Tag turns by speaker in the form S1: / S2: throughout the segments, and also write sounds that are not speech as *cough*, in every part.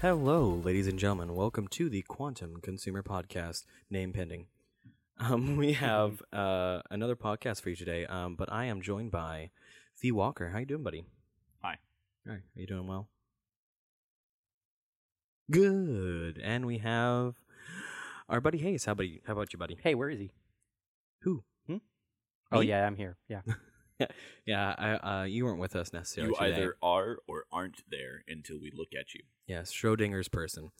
S1: Hello, ladies and gentlemen. Welcome to the Quantum Consumer Podcast, name pending. Um, *laughs* we have uh, another podcast for you today, um, but I am joined by Thee Walker. How you doing, buddy?
S2: Hi.
S1: All right. Are you doing well? Good. And we have our buddy Hayes. How about you? How about you, buddy?
S3: Hey, where is he?
S1: Who? Hmm?
S3: Oh
S1: Me?
S3: yeah, I'm here.
S1: *laughs*
S3: Yeah.
S1: Yeah, I, uh, you weren't with us necessarily
S2: you
S1: today.
S2: either are or aren't there until we look at you.
S1: Yes, Schrodinger's person.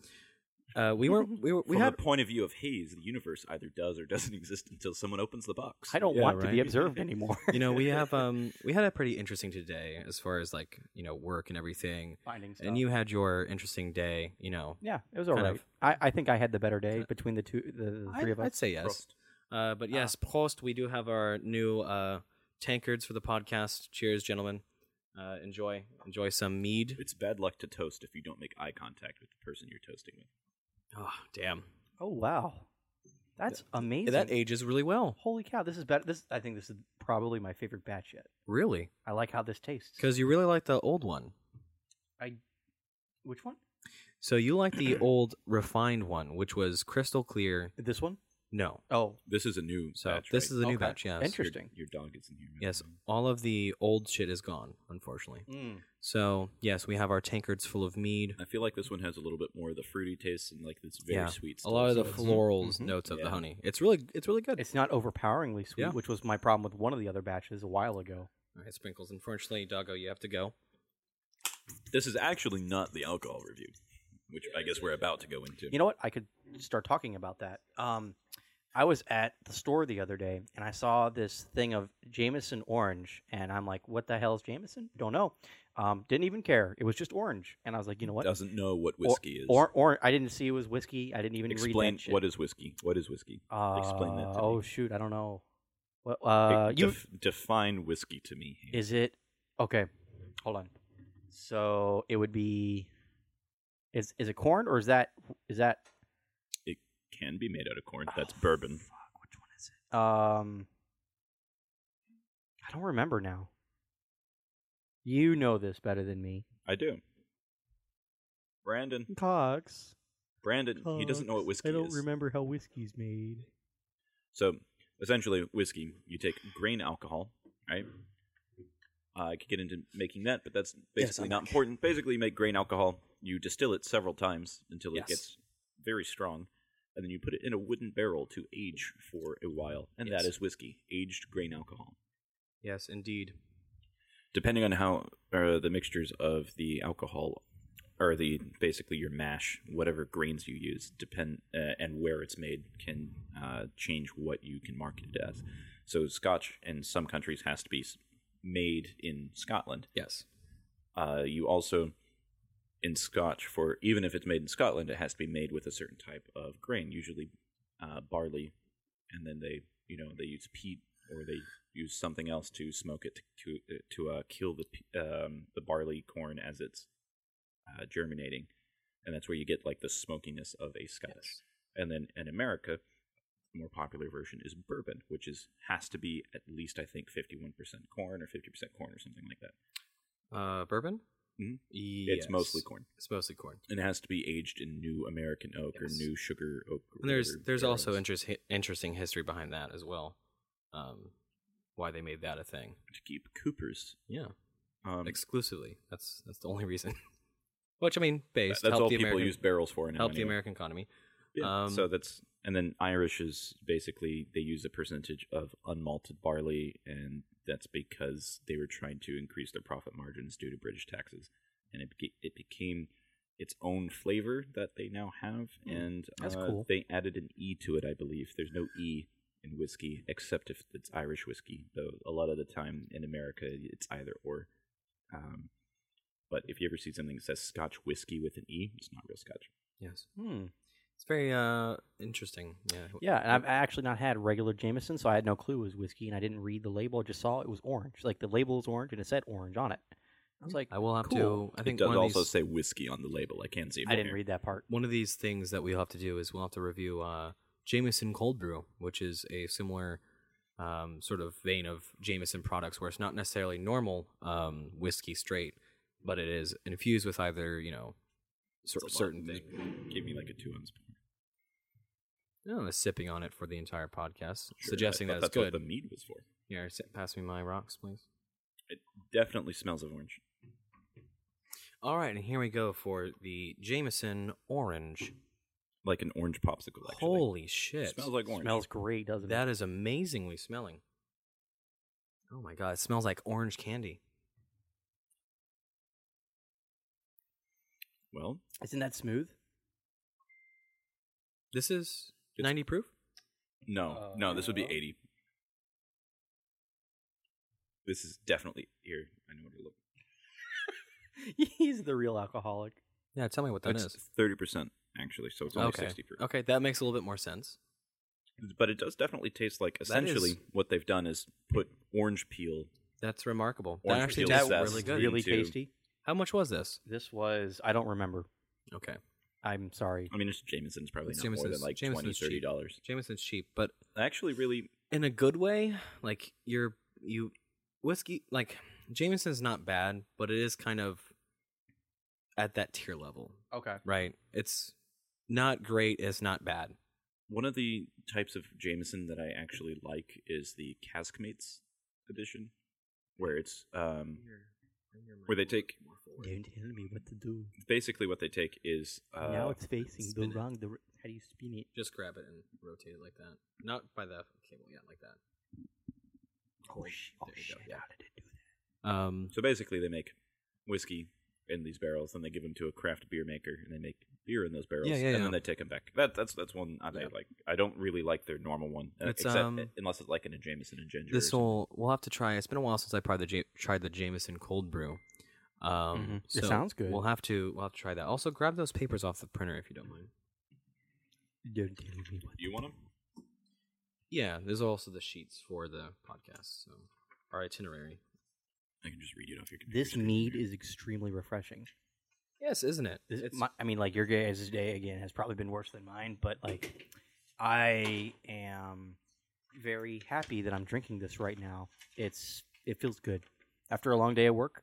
S1: Uh,
S2: *laughs*
S1: we weren't. We were, we
S2: From
S1: had
S2: the point of view of Hayes, the universe either does or doesn't *laughs* exist until someone opens the box.
S3: I don't
S1: Yeah,
S3: want to be
S1: right. *laughs*
S3: observed anymore.
S1: you know we have um we had a pretty interesting today as far as like you know work and everything
S3: *laughs* Finding stuff.
S1: and you had your interesting day you know
S3: yeah, it was all
S1: Kind
S3: right.
S1: of-
S3: I, I think I had the better day between the two, the, the
S1: I,
S3: three of
S1: would
S3: us.
S1: say yes uh but yes prost we do have our new uh tankards for the podcast cheers gentlemen uh enjoy enjoy some mead
S2: It's bad luck to toast if you don't make eye contact with the person you're toasting with.
S1: oh damn
S3: Oh wow, that's amazing.
S1: that ages really well
S3: Holy cow, this is better. This I think this is probably my favorite batch yet.
S1: really
S3: I like how this tastes.
S1: because you really like the old one
S3: I, which one?
S1: so you like the old refined one which was crystal clear
S3: This one?
S1: no
S3: Oh,
S2: This is a new.
S1: so
S2: batch,
S1: this
S2: right?
S1: is a new
S3: Okay.
S1: batch yes
S3: Interesting.
S2: Your, your dog gets in here. man.
S1: Yes, all of the old shit is gone, unfortunately.
S3: Mm.
S1: So yes, we have our tankards full of mead.
S2: I feel like this one has a little bit more of the fruity taste and like this very
S1: Yeah.
S2: sweet.
S1: A
S2: Still,
S1: lot of
S2: so
S1: the
S2: it's-
S1: florals
S3: Mhm.
S1: notes of the
S2: Mm-hmm. Yeah.
S1: honey. It's really, it's really good.
S3: it's not overpoweringly sweet,
S1: Yeah.
S3: which was my problem with one of the other batches a while ago.
S1: all right, sprinkles. Unfortunately, doggo, you have to go.
S2: This is actually not the alcohol review, which I guess we're about to go into.
S3: You know what? I could start talking about that. Um, I was at the store the other day and I saw this thing of Jameson orange, and I'm like, "What the hell is Jameson? Don't know." Um, didn't even care. It was just orange, and I was like, "You know what?
S2: doesn't know what
S3: Or-
S2: whiskey is.
S3: Or, or I didn't see it was whiskey. I didn't even read
S2: explain
S3: that shit.
S2: what is whiskey. What is whiskey?
S3: Uh,
S2: explain that to me.
S3: oh shoot, I don't know. What uh, you
S2: Def- define whiskey to me. Hayes.
S3: is it? Okay, hold on. So it would be. Is is it corn or is that is that
S2: can be made out of corn. That's
S3: Ah.
S2: bourbon.
S3: Oh, Which one is it? Um, I don't remember now. You know this better than me.
S2: I do. Brandon,
S3: Cox.
S2: Brandon, he doesn't know what whiskey is.
S3: remember how whiskey's made.
S2: So essentially, whiskey, you take grain alcohol, right? Uh, I could get into making that, but that's basically
S1: I'm
S2: not
S1: back.
S2: important. Basically, you make grain alcohol, you distill it several times until it
S1: Yes.
S2: gets very strong, and then you put it in a wooden barrel to age for a while, and
S1: Yes.
S2: that is whiskey, aged grain alcohol.
S1: Yes, indeed.
S2: depending on how uh, the mixtures of the alcohol or the basically your mash, whatever grains you use, depend uh, and where it's made can uh, change what you can market it as. So Scotch in some countries has to be s- made in Scotland.
S1: Yes,
S2: Uh, you also in Scotch for even if it's made in Scotland, it has to be made with a certain type of grain, usually uh, barley, and then they you know they use peat or they use something else to smoke it to to uh, kill the p- um, the barley corn as it's uh, germinating, and that's where you get like the smokiness of a Scotch.
S1: Yes.
S2: And then in America, the more popular version is bourbon, which is has to be at least I think fifty one percent corn or fifty percent corn or something like that.
S1: uh, bourbon.
S2: Mhm.
S1: Yes.
S2: It's mostly corn.
S1: It's mostly corn.
S2: and it has to be aged in new American oak or
S1: Yes.
S2: new sugar oak. or
S1: And there's
S2: whatever
S1: there's also
S2: barrels
S1: interest, interesting history behind that as well. Um, why they made that a thing?
S2: to keep Coopers.
S1: Yeah,
S2: Um,
S1: exclusively. That's that's the only reason. *laughs* Which I mean, based
S2: that's all
S1: help
S2: people
S1: the American,
S2: use barrels for. Now
S1: help the
S2: anyway.
S1: American economy.
S2: Yeah,
S1: um,
S2: so that's and then Irish is basically they use a percentage of unmalted barley, and that's because they were trying to increase their profit margins due to British taxes, and it beca- it became its own flavor that they now have,
S3: Hmm,
S2: and
S3: that's
S2: uh,
S3: cool.
S2: they added an e to it, I believe. There's no e in whiskey except if it's Irish whiskey, though a lot of the time in America it's either or. Um, but if you ever see something that says Scotch whiskey with an e, it's not real Scotch.
S1: Yes,
S3: Hmm.
S1: it's very uh interesting. Yeah,
S3: Yeah, and I've actually not had regular Jameson, so I had no clue it was whiskey, and I didn't read the label. I just saw it was orange. Like the label is orange, and it said orange on it. I was like,
S1: I will have
S3: Cool.
S1: to. I think
S2: it does
S1: one of,
S2: also
S1: these,
S2: say whiskey on the label. I can't see. it
S3: I
S2: from
S3: didn't
S2: here.
S3: read that part.
S1: one of these things that we'll have to do is we'll have to review uh, Jameson Cold Brew, which is a similar um, sort of vein of Jameson products, where it's not necessarily normal um, whiskey straight, but it is infused with either you know cer-
S2: It's a
S1: certain
S2: lot. They Gave me like a two ounce pour.
S1: No, I was Oh, sipping on it for the entire podcast,
S2: Sure, I
S1: suggesting
S2: thought
S1: that it's
S2: that's
S1: good.
S2: what the mead was for.
S1: Here, s- pass me my rocks, please.
S2: It definitely smells of orange.
S1: All right, and here we go for the Jameson Orange.
S2: Like an orange popsicle, actually.
S1: Holy shit!
S2: It smells like orange.
S3: Smells great, doesn't
S1: That
S3: it?
S1: is amazingly smelling. Oh my god, it smells like orange candy.
S2: well,
S3: Isn't that smooth? *laughs*
S1: This is
S2: It's-
S1: 90 proof?
S2: no. no, this would be
S3: Uh,
S2: 80. This is definitely here. I know what you're looking
S3: He's the real alcoholic.
S1: Yeah, tell me what that is.
S2: It's thirty percent actually, so it's only
S1: Okay.
S2: sixty proof.
S1: Okay, that makes a little bit more sense.
S2: But it does definitely taste like
S1: That is-
S2: essentially what they've done is put orange peel.
S1: That's remarkable.
S2: Orange
S1: that actually
S2: peel
S1: tastes
S2: zest.
S1: really good.
S3: Really
S2: Into-
S3: tasty.
S1: How much was this?
S3: This was I don't remember.
S1: Okay.
S3: I'm sorry.
S2: I mean, it's Jameson's probably
S1: It's
S2: not more
S1: Jameson's-
S2: than like
S1: Jameson's
S2: twenty, thirty
S1: cheap.
S2: dollars.
S1: Jameson's cheap, but
S2: Actually, really,
S1: in a good way, like you're you whiskey like Jameson's not bad, but it is kind of at that tier level,
S3: Okay.
S1: right? It's not great, it's not bad.
S2: one of the types of Jameson that I actually like is the Caskmates edition, where it's um, Where they take-
S3: Don't tell me what to do.
S2: basically what they take is uh,
S3: now it's facing the
S1: spin it.
S3: wrong. The how do you spin it?
S1: just grab it and rotate it like that. Not by the cable, yeah, like that.
S3: Oh, sh- oh
S1: There you
S3: shit!
S1: go, yeah.
S3: How did it do that?
S1: Um
S2: so basically they make whiskey in these barrels, and they give them to a craft beer maker, and they make beer in those barrels,
S1: Yeah, yeah,
S2: and
S1: yeah.
S2: then they take them back. That, that's that's one I
S1: Yeah.
S2: like. I don't really like their normal one, uh,
S1: It's,
S2: except
S1: um,
S2: unless it's like in a Jameson and ginger. or
S1: this
S2: something.
S1: will we'll have to try. It's been a while since I tried the Ja- tried the Jameson cold brew. Um,
S2: Mm-hmm.
S3: Mhm. It sounds good.
S1: We'll have to we'll have to try that. Also, grab those papers off the printer if you don't mind.
S3: Don't tell me what.
S2: you want them?
S1: Yeah, there's also the sheets for the podcast, so our itinerary.
S2: I can just read it off your computer.
S3: This
S2: screen
S3: mead
S2: here.
S3: is extremely refreshing.
S1: Yes, isn't it?
S3: This, my, I mean, like your guys' day again has probably been worse than mine, but like I am very happy that I'm drinking this right now. It's it feels good after a long day at work.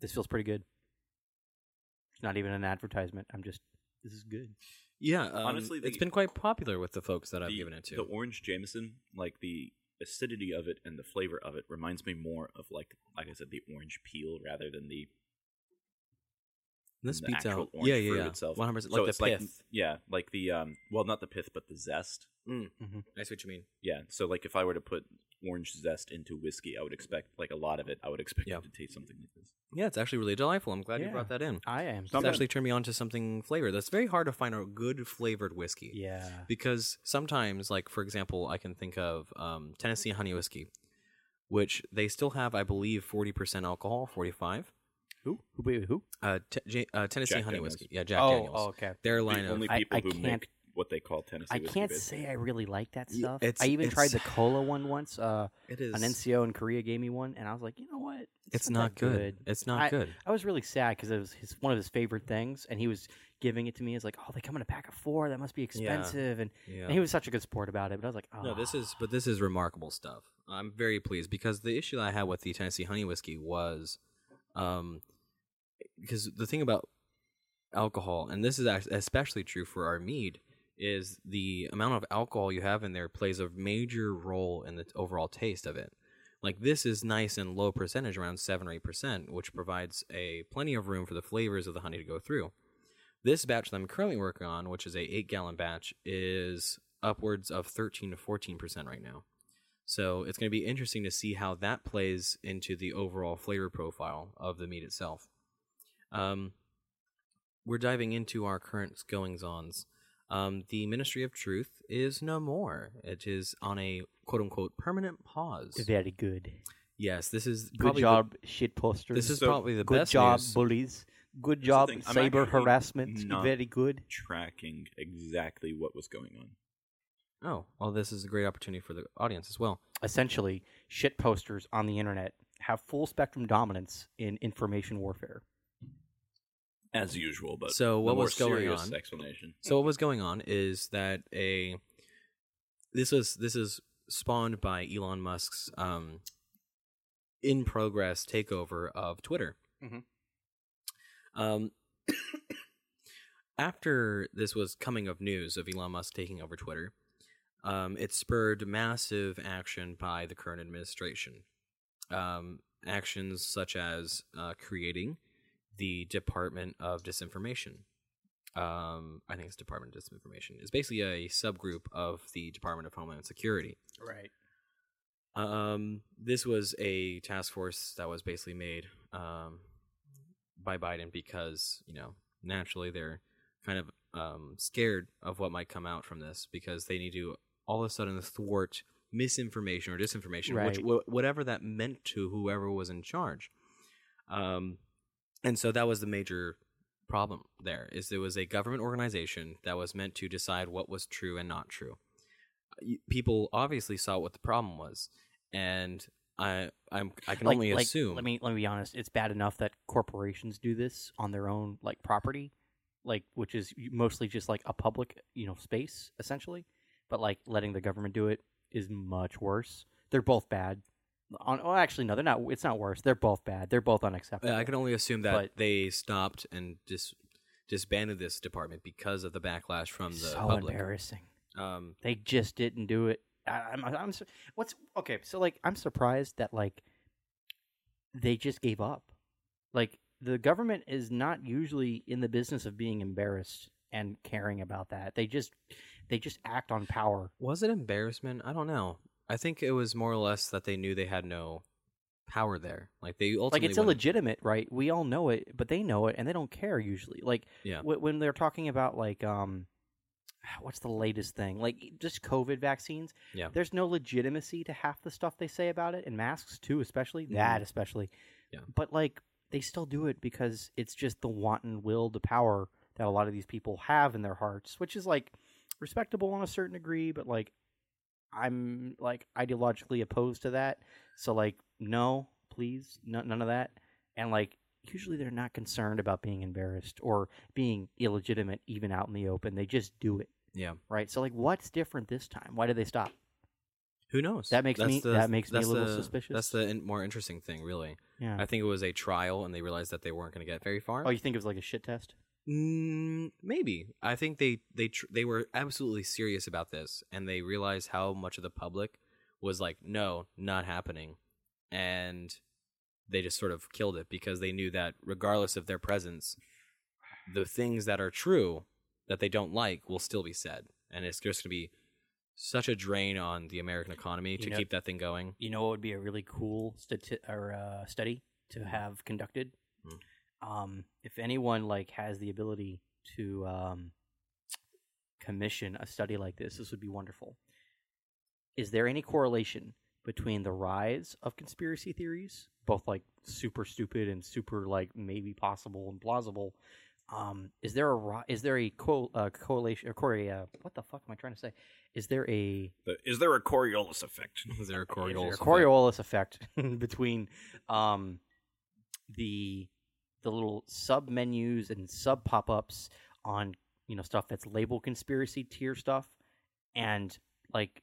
S3: This feels pretty good. It's not even an advertisement. I'm just this is good.
S1: yeah, um,
S2: Honestly,
S1: it's
S2: the-
S1: been quite popular with the folks that I've
S2: the,
S1: given it to.
S2: the orange Jameson, like the acidity of it and the flavor of it, reminds me more of like like I said, the orange peel rather than the
S1: this
S2: the
S1: beats
S2: actual
S1: out,
S2: orange
S1: yeah, yeah,
S2: fruit
S1: yeah,
S2: itself.
S1: one hundred percent.
S2: so
S1: Like
S2: it's
S1: the pith.
S2: yeah, like the um, well, not the pith, but the zest.
S1: I see what you mean.
S2: Yeah. So like if I were to put orange zest into whiskey, I would expect like a lot of it. I would expect
S1: Yeah.
S2: it to taste something like this.
S1: Yeah, it's actually really delightful. I'm glad you
S3: Yeah.
S1: brought that in.
S3: I am.
S1: It's
S2: bad.
S1: actually turned me on to something flavored. That's very hard to find a good flavored whiskey.
S3: yeah.
S1: because sometimes like for example i can think of um, tennessee honey whiskey which they still have i believe 40% alcohol 45
S3: Who? Who? Wait, who?
S1: uh, t- J- uh, tennessee
S2: Jack
S1: honey
S2: Daniels.
S1: whiskey yeah jack
S3: oh,
S1: daniels
S3: oh, okay.
S1: their
S2: The
S1: line of
S2: only
S3: I-
S2: people
S3: I
S2: who
S3: can't-
S2: make what they call Tennessee
S3: I
S2: whiskey.
S3: can't
S2: bits.
S3: say I really like that
S1: Y-
S3: stuff.
S1: it's-
S3: I even
S1: it's-
S3: tried the cola one once. Uh,
S1: it is
S3: an NCO in Korea gave me one, and I was like, you know what?
S1: it's
S3: that
S1: not good. it's not
S3: I-
S1: good
S3: I was really sad because it was his, one of his favorite things, and he was giving it to me. It's like, oh, they come in a pack of four. That must be expensive, and,
S1: yeah
S3: and he was such a good sport about it. But I was like, oh,
S1: no this is but this is remarkable stuff i'm very pleased because the issue i had with the tennessee honey whiskey was um because the thing about alcohol and this is act- especially true for our mead is the amount of alcohol you have in there plays a major role in the t- overall taste of it like this is nice and low percentage around 7 or 8% which provides a plenty of room for the flavors of the honey to go through this batch that i'm currently working on which is a 8 gallon batch is upwards of 13 to 14% right now so it's going to be interesting to see how that plays into the overall flavor profile of the meat itself. Um, we're diving into our current goings ons. Um, the Ministry of Truth is no more. It is on a quote unquote permanent pause.
S3: very good.
S1: Yes, this is
S3: Good
S1: probably the-
S3: job, shit posters.
S1: this is
S2: So,
S1: probably the
S3: good
S1: best
S3: job,
S1: news.
S3: bullies. Good
S2: the
S3: job,
S2: thing, I'm
S3: cyber
S2: actually
S3: harassment.
S2: not-
S3: Very good.
S2: Tracking exactly what was going on.
S1: oh, well, this is a great opportunity for the audience as well.
S3: Essentially, shit posters on the internet have full spectrum dominance in information warfare.
S2: As usual, but
S1: So
S2: the
S1: what
S2: more
S1: was going
S2: serious
S1: on?
S2: Explanation.
S1: So what was going on is that a this was this is spawned by Elon Musk's um, in progress
S2: Mm-hmm.
S1: takeover of Twitter.
S3: Mhm.
S1: Um, *coughs* after this was coming of news of Elon Musk taking over Twitter, um, it spurred massive action by the current administration. Um, actions such as uh, creating the Department of Disinformation. Um, I think it's Department of Disinformation. It's basically a subgroup of the Department of Homeland Security.
S3: Right.
S1: Um, this was a task force that was basically made um, by Biden because you know naturally they're kind of um, scared of what might come out from this because they need to all of a sudden thwart misinformation or disinformation, which
S3: Right.
S1: w- whatever that meant to whoever was in charge. Um, and so that was the major problem there is there was a government organization that was meant to decide what was true and not true y- people obviously saw what the problem was, and I I'm, I can only assume.
S3: Let me let me be honest. It's bad enough that corporations do this on their own, like property, like which is mostly just like a public, you know, space essentially. But like letting the government do it is much worse. They're both bad. On, well, actually, no, they're not. It's not worse. They're both bad. They're both unacceptable.
S1: uh, I can only assume that
S3: But-
S1: they stopped and dis, disbanded this department because of the backlash from the
S3: so
S1: public.
S3: embarrassing.
S1: Um,
S3: They just didn't do it. I, I'm, I'm su- what's okay. So like, I'm surprised that like they just gave up. Like the government is not usually in the business of being embarrassed and caring about that. They just they just act on power.
S1: was it embarrassment? I don't know. I think it was more or less that they knew they had no power there. Like they ultimately
S3: Like it's
S1: wouldn't-
S3: illegitimate, right? We all know it, but they know it and they don't care usually. Like
S1: Yeah.
S3: wh- when they're talking about like um *sighs* what's the latest thing? Like just COVID vaccines.
S1: Yeah.
S3: There's no legitimacy to half the stuff they say about it and masks too, especially. That especially.
S1: Mm-hmm. Yeah.
S3: But like they still do it because it's just the wanton will to power that a lot of these people have in their hearts, which is like respectable on a certain degree, but like I'm like ideologically opposed to that. So like no, please, no, none of that. And like usually they're not concerned about being embarrassed or being illegitimate even out in the open. They just do it,
S1: Yeah.
S3: right? So like what's different this time? Why did they stop?
S1: Who knows?
S3: That makes me- that makes me a
S1: that's
S3: little
S1: the-
S3: suspicious.
S1: That's the in- more interesting thing, really.
S3: Yeah.
S1: I think it was a trial, and they realized that they weren't going to get very far.
S3: Oh, you think it was like a shit test?
S1: Mm, maybe I think they they tr- they were absolutely serious about this, and they realized how much of the public was like, "No, not happening," and they just sort of killed it because they knew that regardless of their presence, the things that are true that they don't like will still be said, and it's just going to be such a drain on the American economy
S3: You
S1: to
S3: know-
S1: keep that thing going.
S3: *laughs* You know what would be a really cool stati- or uh, study to have conducted?
S1: Mm.
S3: Um, if anyone like has the ability to um, commission a study like this, this would be wonderful. Is there any correlation between the rise of conspiracy theories, both like super stupid and super like maybe possible and plausible? Um, is there a ri- is there a co- uh, correlation or corre- uh, what the fuck am I trying to say? Is there a
S4: But Is there a Coriolis effect?
S1: *laughs* Is there a
S3: is there
S1: Coriolis?
S3: a
S1: effect?
S3: Coriolis effect *laughs* between um, the the little sub menus and sub pop ups on you know stuff that's labeled conspiracy tier stuff and like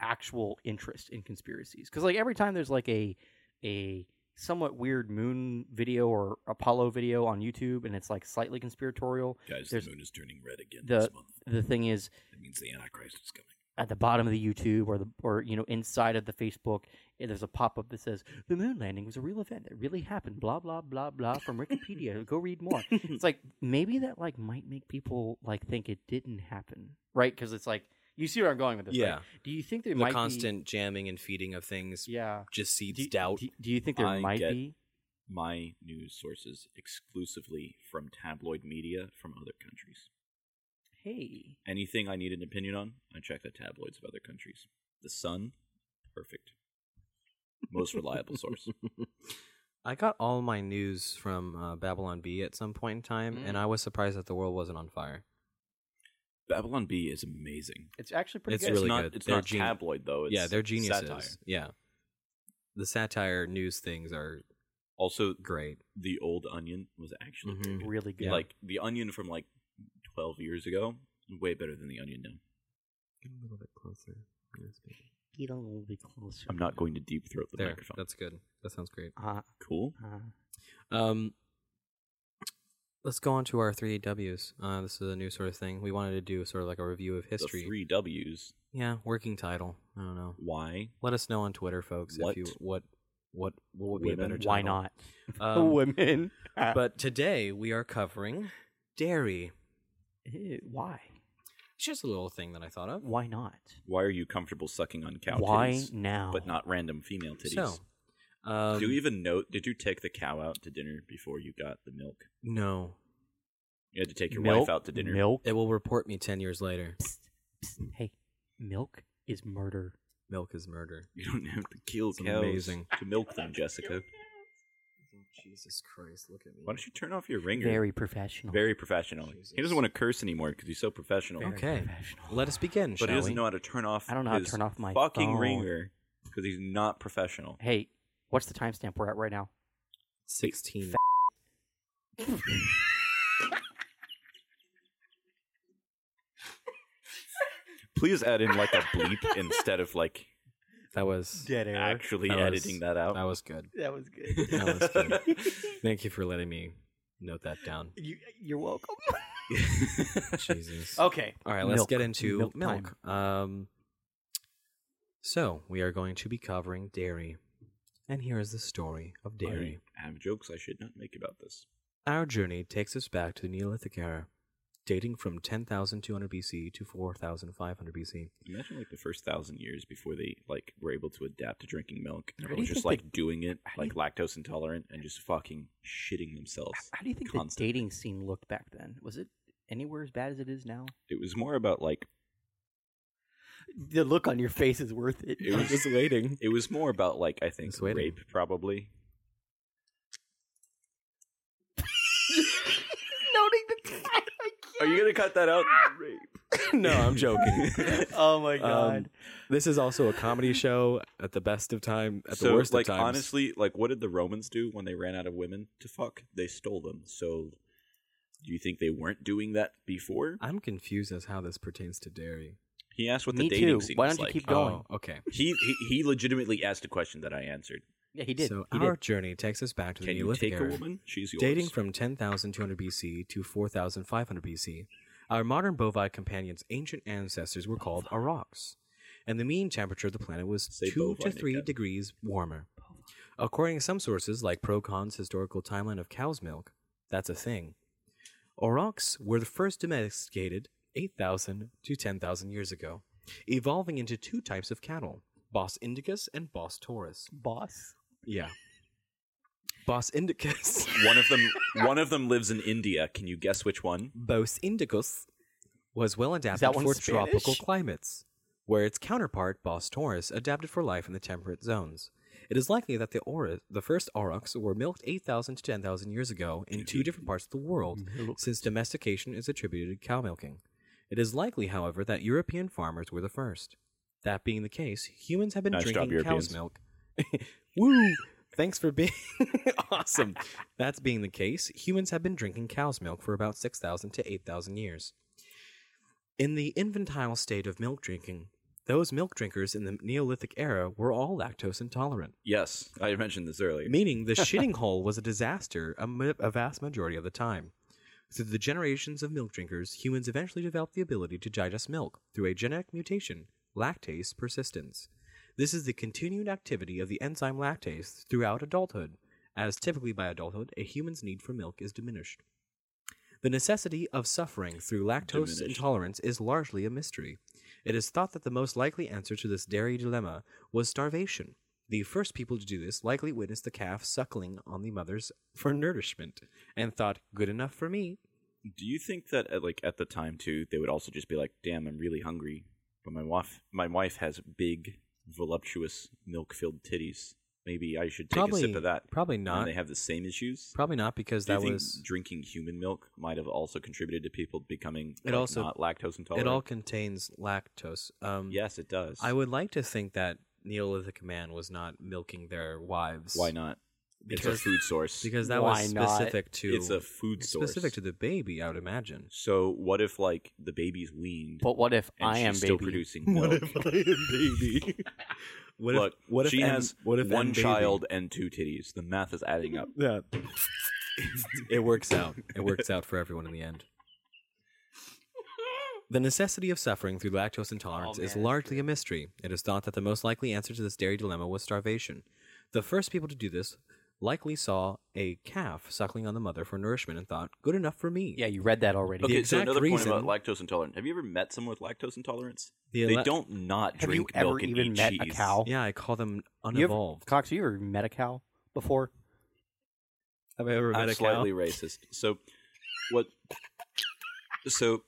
S3: actual interest in conspiracies because like every time there's like a a somewhat weird moon video or Apollo video on YouTube and it's like slightly conspiratorial.
S4: Guys,
S3: There's-
S4: the moon is turning red again
S3: the-
S4: this month.
S3: The thing is,
S4: That means the Antichrist is coming.
S3: at the bottom of the YouTube or the or you know inside of the Facebook, eh, there's a pop up that says the moon landing was a real event that really happened. Blah blah blah blah from Wikipedia. *laughs* Go read more. It's like maybe that like might make people like think it didn't happen, right? Because it's like you see where I'm going with this. right?
S1: Yeah,
S3: Do you think there
S1: the
S3: might
S1: constant jamming and feeding of things
S3: Be, yeah.
S1: just seeds
S3: Do,
S1: doubt.
S3: Do, do you think there
S4: I
S3: might
S4: get-
S3: be?
S4: My news sources exclusively from tabloid media from other countries.
S3: Hey,
S4: Anything I need an opinion on, I check the tabloids of other countries. The Sun, perfect. Most reliable source.
S1: I got all my news from uh, Babylon B at some point in time, and
S3: Mm.
S1: I was surprised that the world wasn't on fire.
S4: Babylon B is amazing.
S3: it's actually pretty
S1: It's
S3: good.
S4: it's
S1: really
S4: not,
S1: good.
S4: It's
S1: They're
S4: not
S1: gen-
S4: tabloid though. It's
S1: yeah, they're geniuses.
S4: Satire.
S1: Yeah, the satire news things are
S4: Also,
S1: great.
S4: the old Onion was actually
S1: Mhm.
S4: pretty good.
S3: really good.
S4: like the Onion from like twelve years ago, way better than the Onion now.
S1: Get a little bit closer.
S3: get a little bit closer. Uh-huh.
S4: I'm not going to deep throat the
S1: there,
S4: microphone.
S1: that's good. That sounds great.
S3: Uh,
S4: cool.
S3: uh,
S1: Um, let's go on to our three W's. Uh, this is a new sort of thing. We wanted to do sort of like a review of history.
S2: The three W's.
S1: Yeah, working title. I don't know.
S2: Why?
S1: Let us know on Twitter, folks, if
S2: What?
S1: you what what
S4: *laughs*
S1: what would be a better
S2: Women?
S1: title.
S3: Why not?
S1: Um,
S3: *laughs* Women.
S1: but today we are covering dairy.
S3: Ew, why?
S1: It's just a little thing that I thought of.
S3: Why not?
S2: Why are you comfortable sucking on cow
S3: why
S2: titties,
S3: now?
S2: but not random female titties?
S1: So, um,
S2: Do you even know? Did you take the cow out to dinner before you got the milk?
S1: no,
S2: You had to take your
S3: milk,
S2: wife out to dinner.
S3: Milk.
S1: it will report me ten years later.
S3: Psst, psst. Hey, milk is murder.
S1: Milk is murder.
S2: *laughs* You don't have to kill
S1: It's
S2: cows
S1: amazing.
S2: to milk
S1: *laughs*
S2: them, Jessica.
S1: Jesus Christ! Look at me.
S2: Why don't you turn off your ringer?
S3: Very professional.
S2: Very professional. He
S1: Jesus.
S2: doesn't want to curse anymore because he's so professional.
S3: Very
S1: Okay.
S3: professional.
S1: Let us begin,
S2: But he
S1: shall
S2: doesn't
S1: we?
S2: know how to turn off.
S3: I don't know how to
S2: his
S3: turn off my
S2: fucking
S3: phone.
S2: ringer because he's not professional.
S3: Hey, what's the timestamp we're at right now?
S1: Sixteen.
S2: Please add in like a bleep
S3: *laughs*
S2: instead of like
S1: That was
S3: Dead
S2: actually
S1: That was-
S2: editing that out.
S1: that
S2: *laughs*
S1: was good.
S3: That was good.
S1: *laughs* That was good. Thank you for letting me note that down.
S3: *laughs* you,
S1: *laughs*
S3: you're welcome.
S2: *laughs*
S1: Jesus.
S3: Okay.
S1: All right, let's
S3: Oh, Milk.
S1: get into
S3: Milk
S1: milk. Um, so we are going to be covering dairy, and here is the story of dairy.
S2: I have jokes I should not make about this.
S1: Our journey takes us back to the Neolithic era, dating from 10,200 BC to 4,500 BC.
S2: Imagine like the first thousand years before they like were able to adapt to drinking milk.
S3: How do
S2: Everyone
S3: you
S2: just
S3: think
S2: like doing it,
S3: how do
S2: like lactose intolerant, and just fucking shitting themselves.
S3: How do you think
S2: Constant.
S3: the dating scene looked back then? Was it anywhere as bad as it is now?
S2: It was more about like
S3: The look on your face is worth it.
S2: It was-
S1: just waiting.
S2: it was more about like I think
S1: It's waiting.
S2: rape probably.
S3: *laughs* noting the time.
S2: Are you gonna cut that out? rape.
S1: no, I'm joking.
S2: *laughs*
S3: Oh my
S1: Um, *laughs* this is also a comedy show at the best of time, at the
S2: so,
S1: worst
S2: like
S1: of times.
S2: honestly, like what did the Romans do when they ran out of women to fuck? They stole them. So, do you think they weren't doing that before?
S1: I'm confused as how this pertains to dairy.
S2: He asked what
S3: Me
S2: the
S3: too.
S2: dating scene
S3: Why
S2: was
S3: don't you
S2: like.
S3: keep- Going.
S1: Oh, okay.
S2: he, he he legitimately asked a question that I answered.
S3: yeah, he did.
S1: So
S3: he
S1: our
S3: did.
S1: journey takes us back to the
S2: Can you
S1: Neolithic
S2: take a
S1: era.
S2: woman? She's yours.
S1: Dating from 10,200 BC to 4,500 BC, our modern bovine companions' ancient ancestors were called aurochs, and the mean temperature of the planet was
S2: Say
S1: 2 to
S2: bovine
S1: 3
S2: again.
S1: degrees warmer. According to some sources, like Procon's historical timeline of cow's milk, that's a thing. Aurochs were the first domesticated 8,000 to 10,000 years ago, evolving into two types of cattle, Bos indicus and Bos taurus.
S3: boss.
S1: Yeah. Bos indicus. *laughs*
S2: one of them one of them lives in India. Can you guess which one?
S1: Bos indicus was well adapted
S3: that one
S1: for
S3: Spanish?
S1: tropical climates, where its counterpart, Bos taurus, adapted for life in the temperate zones. It is likely that the aura, the first aurochs were milked 8,000 to 10,000 years ago in two different parts of the world,
S3: Mm-hmm.
S1: since domestication is attributed to cow milking. It is likely, however, that European farmers were the first. That being the case, humans have been
S2: Nice
S1: drinking
S2: job,
S1: cow's
S2: Europeans.
S1: milk. *laughs* Woo! Thanks for being *laughs*
S2: *laughs*
S1: awesome. That's being the case, humans have been drinking cow's milk for about 6,000 to 8,000 years. In the infantile state of milk drinking, those milk drinkers in the Neolithic era were all lactose intolerant,
S2: Yes, I mentioned this earlier.
S1: meaning the shitting hole was a disaster a, ma- a vast majority of the time. Through the generations of milk drinkers, humans eventually developed the ability to digest milk through a genetic mutation, lactase persistence. This is the continued activity of the enzyme lactase throughout adulthood, as typically by adulthood, a human's need for milk is diminished. The necessity of suffering through lactose
S2: Diminished.
S1: intolerance is largely a mystery. It is thought that the most likely answer to this dairy dilemma was starvation. The first people to do this likely witnessed the calf suckling on the mothers for nourishment and thought, good enough for me.
S2: Do you think that at, like at the time too, they would also just be like, "Damn, I'm really hungry," but my wife my wife has big, voluptuous, milk filled titties. Maybe I should take a sip of that.
S1: Probably
S2: And
S1: not.
S2: they have the same issues.
S1: Probably not because
S2: Do you
S1: that
S2: think
S1: was
S2: drinking human milk might have also contributed to people becoming
S1: It
S2: like,
S1: also-
S2: not lactose
S1: it
S2: intolerant?
S1: all contains lactose. Um,
S2: yes, it does.
S1: I would like to think that Neolithic man was not milking their wives.
S2: Why not? it's
S1: Because-
S2: a food source.
S1: Because that
S3: Why
S1: was
S3: not?
S1: specific to
S2: it's a food source.
S1: specific to the baby, I would imagine.
S2: So what if like the baby's weaned
S3: But what if
S2: and
S3: I
S2: she's
S3: am
S2: still
S3: baby?
S2: producing milk?
S1: I am
S2: *laughs*
S1: baby? what
S2: Look,
S1: if what if
S2: she
S1: M-
S2: has
S1: what if
S2: one
S1: M baby-
S2: child and two titties. The math is adding up.
S1: Yeah. *laughs* it works out. It works out for everyone in the end. The necessity of suffering through lactose intolerance
S3: Oh, man,
S1: is
S3: that's
S1: largely a mystery. It is thought that the most likely answer to this dairy dilemma was starvation. The first people to do this likely saw a calf suckling on the mother for nourishment and thought, good enough for me.
S3: Yeah, you read that already.
S1: Okay.
S2: Okay, so
S1: exact
S2: another point
S1: reason-
S2: about lactose intolerant. Have you ever met someone with lactose intolerance?
S1: The
S2: they
S1: ele-
S2: don't not
S3: Have you
S2: drink
S3: ever
S2: milk and
S3: even
S2: eat
S3: met a
S2: cheese.
S3: cow?
S1: Yeah, I call them
S3: You ever,
S1: unevolved.
S3: Cox, you ever met a cow before?
S1: Have I ever
S2: I'm slightly racist. So
S1: *laughs*
S2: what? So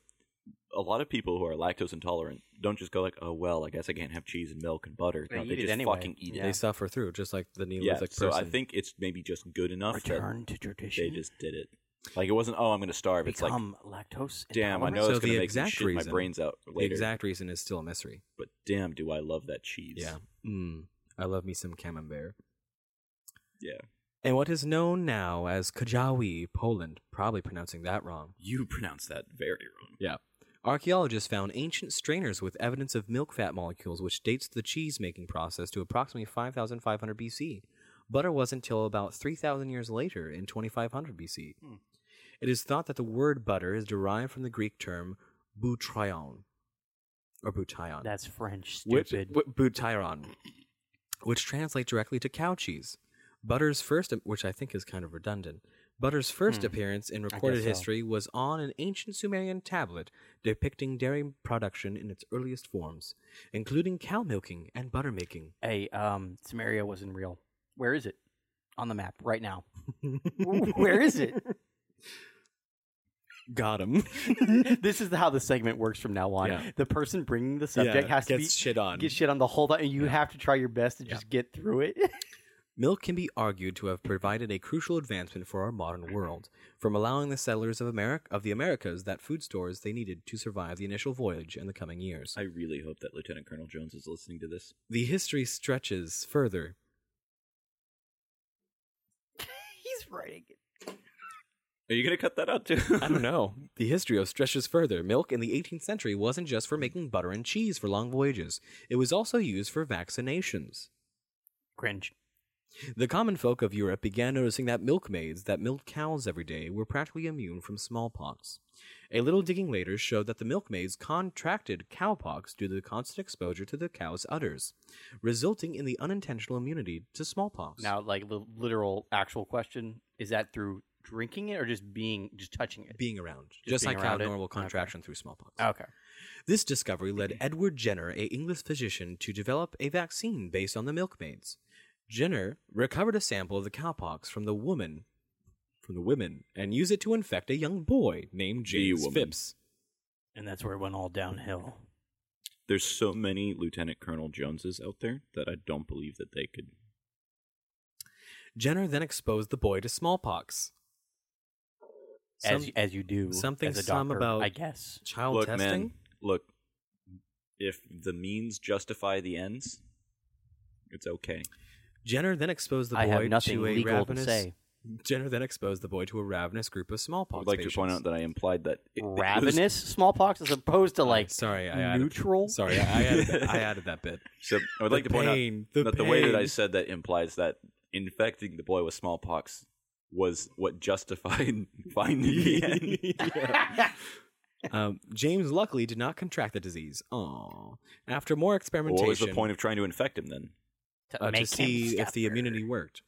S2: a lot of people who are lactose intolerant don't just go like, "Oh well, I guess I can't have cheese and milk and butter."
S3: They
S2: No,
S3: eat
S2: they
S3: it
S2: just
S3: anyway.
S2: fucking eat
S3: Yeah.
S1: They
S2: it.
S1: suffer through, just like the Neolithic
S2: Yeah.
S1: person.
S2: So I think it's maybe just good enough
S3: Return to
S2: that
S3: tradition.
S2: they just did it. Like it wasn't. Oh, I'm going to starve. It's like,
S3: become lactose.
S2: damn, I
S3: intolerant?
S2: know
S1: So
S2: it's
S1: the
S2: going to make me
S1: exact
S2: shit my
S1: reason-
S2: brains out
S1: the
S2: later.
S1: exact reason is still a mystery.
S2: But damn, do I love that cheese?
S1: Yeah. Mm, I love me some camembert.
S2: Yeah.
S1: And what is known now as Kajawi, Poland, probably pronouncing that wrong.
S2: You pronounce that very wrong.
S1: Yeah. Archaeologists found ancient strainers with evidence of milk fat molecules, which dates the cheese making process to approximately 5,500 BC. Butter was until about 3,000 years later in 2500 BC. It is thought that the word butter is derived from the Greek term butryon or bution.
S3: That's French.
S1: Which-
S3: Stupid.
S1: wh- Butiron, which translates directly to cow cheese. Butter's first, which I think is kind of redundant, Butter's first
S3: Hmm.
S1: appearance in
S3: guess
S1: recorded
S3: so.
S1: history was on an ancient Sumerian tablet depicting dairy production in its earliest forms, including cow milking and butter making.
S3: hey, um, Samaria wasn't real. Where is it? On the map
S1: *laughs*
S3: right now. *laughs* Where is it? *laughs*
S1: Got *laughs* him.
S3: this is how the segment works from now on.
S1: Yeah.
S3: The person bringing the subject has to
S1: gets
S3: be
S1: shit on.
S3: get shit on the whole lot, and you have to try your best to
S1: Yeah.
S3: just get through it. *laughs*
S1: Milk can be argued to have provided a crucial advancement for our modern world, from allowing the settlers of America of the Americas that food stores they needed to survive the initial voyage in the coming years.
S2: I really hope that Lieutenant Colonel Jones is listening to this.
S1: The history stretches further.
S3: *laughs* He's writing it.
S2: Are you going to cut that out too?
S1: I don't know. *laughs* The history of stretches further. Milk in the 18th century wasn't just for making butter and cheese for long voyages, it was also used for vaccinations.
S3: Cringe.
S1: The common folk of Europe began noticing that milkmaids that milked cows every day were practically immune from smallpox. A little digging later showed that the milkmaids contracted cowpox due to the constant exposure to the cow's udders, resulting in the unintentional immunity to smallpox.
S3: Now, like the literal actual question is that through drinking it or just being just touching it?
S1: being around,
S3: Just
S1: just,
S3: being
S1: like how
S3: around it?
S1: normal
S3: Okay.
S1: contraction through smallpox.
S3: Okay.
S1: This discovery led Edward Jenner, a English physician, to develop a vaccine based on the milkmaids. Jenner recovered a sample of the cowpox from the woman, from the women, and used it to infect a young boy named
S2: The
S1: James
S2: woman.
S1: Phipps.
S3: And that's where it went all downhill.
S2: *laughs* There's so many Lieutenant Colonel Joneses out there that I don't believe that they could.
S1: Jenner then exposed the boy to smallpox.
S3: as
S1: Some
S3: as you do.
S1: something
S3: as a
S1: some
S3: doctor,
S1: about-
S3: I guess.
S1: child
S2: look,
S1: testing.
S2: man, look. If the means justify the ends, it's okay.
S1: Jenner then exposed the boy
S3: I have nothing
S1: to a
S3: legal
S1: ravenous. *laughs*
S3: to say.
S1: Jenner then exposed the boy to a ravenous group of
S2: I
S1: smallpox.
S2: would like to point
S1: patients.
S2: out that I implied that it- it was-
S3: Ravenous smallpox as opposed to like
S1: sorry, I added-
S3: neutral.
S1: Sorry, I added, that- I added that bit.
S2: so I would
S1: The
S2: like to point out
S1: pain, the
S2: that the way that I
S1: pain.
S2: said that implies that infecting the boy with smallpox was what justified *laughs* finding the end.
S1: *laughs* Um, James luckily did not contract the disease. Aww. After more experimentation,
S2: What was the point of trying to infect him then?
S3: to,
S1: uh,
S3: make
S1: to
S3: him
S1: see if the
S3: suffer.
S1: immunity worked.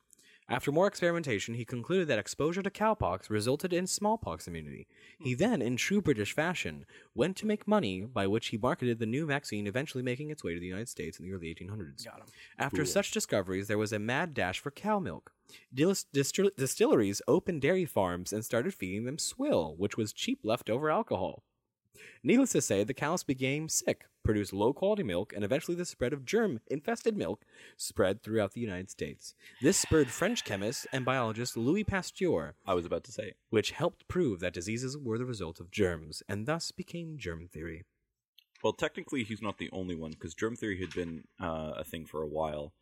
S1: After more experimentation, he concluded that exposure to cowpox resulted in smallpox immunity. He
S3: Hmm.
S1: then, in true British fashion, went to make money by which he marketed the new vaccine, eventually making its way to the United States in the early 1800s.
S3: Got him.
S1: After
S2: Cool.
S1: such discoveries, there was a mad dash for cow milk. Dil- distil- distilleries opened dairy farms and started feeding them swill, which was cheap leftover alcohol. Needless to say, the cows became sick, produced low quality milk, and eventually the spread of germ infested milk spread throughout the United States. This spurred French chemist and biologist Louis Pasteur,
S2: I was about to say.
S1: which helped prove that diseases were the result of germs, and thus became germ theory.
S2: Well, technically, he's not the only one because germ theory had been uh, a thing for a while.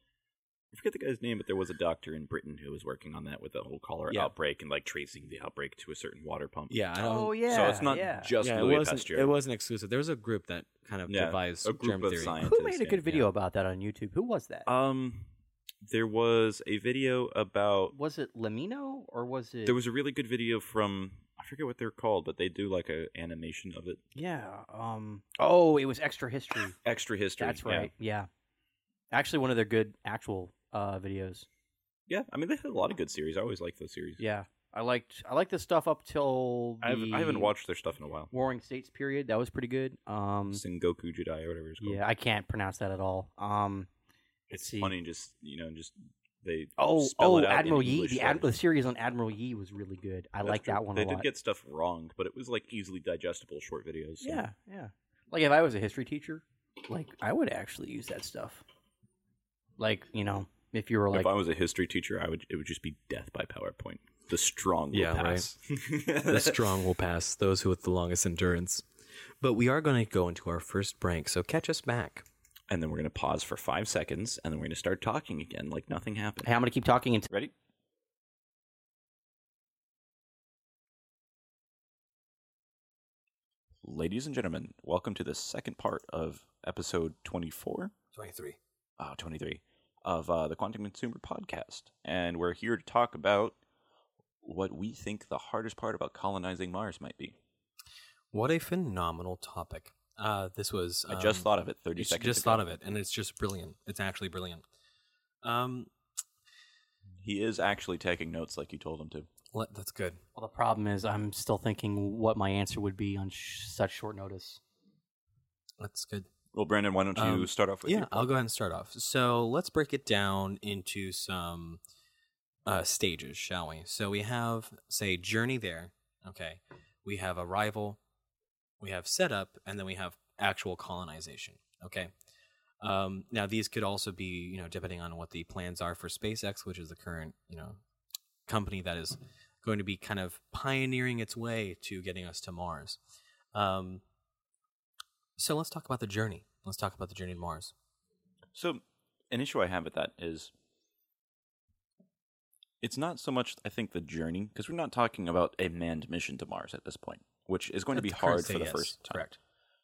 S2: I forget the guy's name, but there was a doctor in Britain who was working on that with the whole cholera
S1: Yeah.
S2: outbreak and like tracing the outbreak to a certain water pump.
S1: Yeah, I don't,
S3: Oh yeah.
S2: so it's not
S3: yeah.
S2: just
S1: yeah, it
S2: Louis
S1: wasn't,
S2: Pasteur.
S1: it wasn't exclusive. There was a group that kind of
S2: Yeah,
S1: devised
S2: a group
S1: germ
S2: of
S1: theory.
S2: science-
S3: Who made a
S2: scientists,
S3: good
S2: yeah. Uh,
S3: video about that on YouTube? Who was that?
S2: Um, there was a video about
S3: Was it Lamino or was it?
S2: there was a really good video from I forget what they're called, but they do like a animation of it.
S3: Yeah. Um. Oh, it was extra history.
S2: Extra history.
S3: That's
S2: yeah.
S3: right. Yeah. Actually, one of their good actual uh, videos.
S2: Yeah. I mean they had a lot of good series. I always like those series.
S3: Yeah, I liked I liked this stuff up till
S2: I've,
S3: the
S2: I haven't watched their stuff in a while.
S3: Warring States period. That was pretty good. Um,
S2: Sengoku Jedi or whatever it's called.
S3: yeah, I can't pronounce that at all. Um, let's
S2: It's
S3: see.
S2: funny just you know, just they
S3: Oh,
S2: spell
S3: oh,
S2: it out in
S3: Admiral Yi.
S2: English
S3: The, ad,
S2: letters.
S3: the series on Admiral Yi was really good. Oh, I
S2: That's
S3: like
S2: true.
S3: that one
S2: They
S3: a lot.
S2: did get stuff wrong, but it was like easily digestible short videos. so-
S3: yeah, yeah. Like if I was a history teacher, like I would actually use that stuff. Like you know, if you were like
S2: if I was a history teacher, I would it would just be death by PowerPoint. The strong will
S1: Yeah, right.
S2: pass. *laughs*
S1: the strong will pass, those who with the longest endurance. But we are going to go into our first break, so catch us back.
S2: and then we're gonna pause for five seconds, and then we're gonna start talking again like nothing happened.
S3: Hey, I'm going to keep talking until.
S2: Ready? Ladies and gentlemen, welcome to the second part of episode 24,
S1: 23.
S2: uh, 23 of uh, the Quantum Consumer Podcast. And we're here to talk about what we think the hardest part about colonizing Mars might be.
S1: What a phenomenal topic. Uh, this was.
S2: I just
S1: um,
S2: thought of it 30
S1: you
S2: seconds
S1: just
S2: ago.
S1: thought of it, and it's just brilliant. It's actually brilliant. Um,
S2: He is actually taking notes like you told him to.
S1: let, that's good.
S3: Well, the problem is I'm still thinking what my answer would be on sh- such short notice.
S1: That's good.
S2: Well, Brandon, why don't you
S1: Um,
S2: start off with
S1: yeah,
S2: your-
S1: I'll go ahead and start off. So let's break it down into some uh, stages, shall we? So we have, say, journey there. Okay, we have arrival, we have setup, and then we have actual colonization. Okay. Um, now these could also be, you know, depending on what the plans are for SpaceX, which is the current, you know, company that is going to be kind of pioneering its way to getting us to Mars. Um, so let's talk about the journey. Let's talk about the journey to Mars.
S2: So, an issue I have with that is it's not so much, I think, the journey, because we're not talking about a manned mission to Mars at this point, which is going to
S1: At
S2: be
S1: the current
S2: hard for
S1: state,
S2: the
S1: yes,
S2: first time.
S1: correct.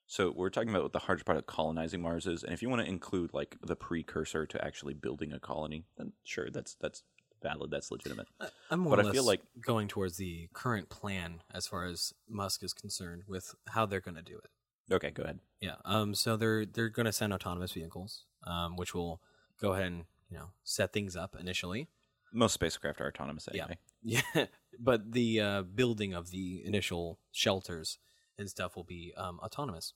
S2: So, we're talking about what the hardest part of colonizing Mars is, and if you want to include like the precursor to actually building a colony, then sure, that's that's valid, that's legitimate.
S1: I- I'm more
S2: But
S1: or
S2: I
S1: less
S2: feel like-
S1: going towards the current plan as far as Musk is concerned with how they're going to do it.
S2: Okay, go ahead.
S1: Yeah. Um. So they're they're going to send autonomous vehicles, um, which will go ahead and you know set things up initially.
S2: Most spacecraft are autonomous
S1: Yeah.
S2: anyway.
S1: Yeah. *laughs* but the uh, building of the initial shelters and stuff will be um, autonomous,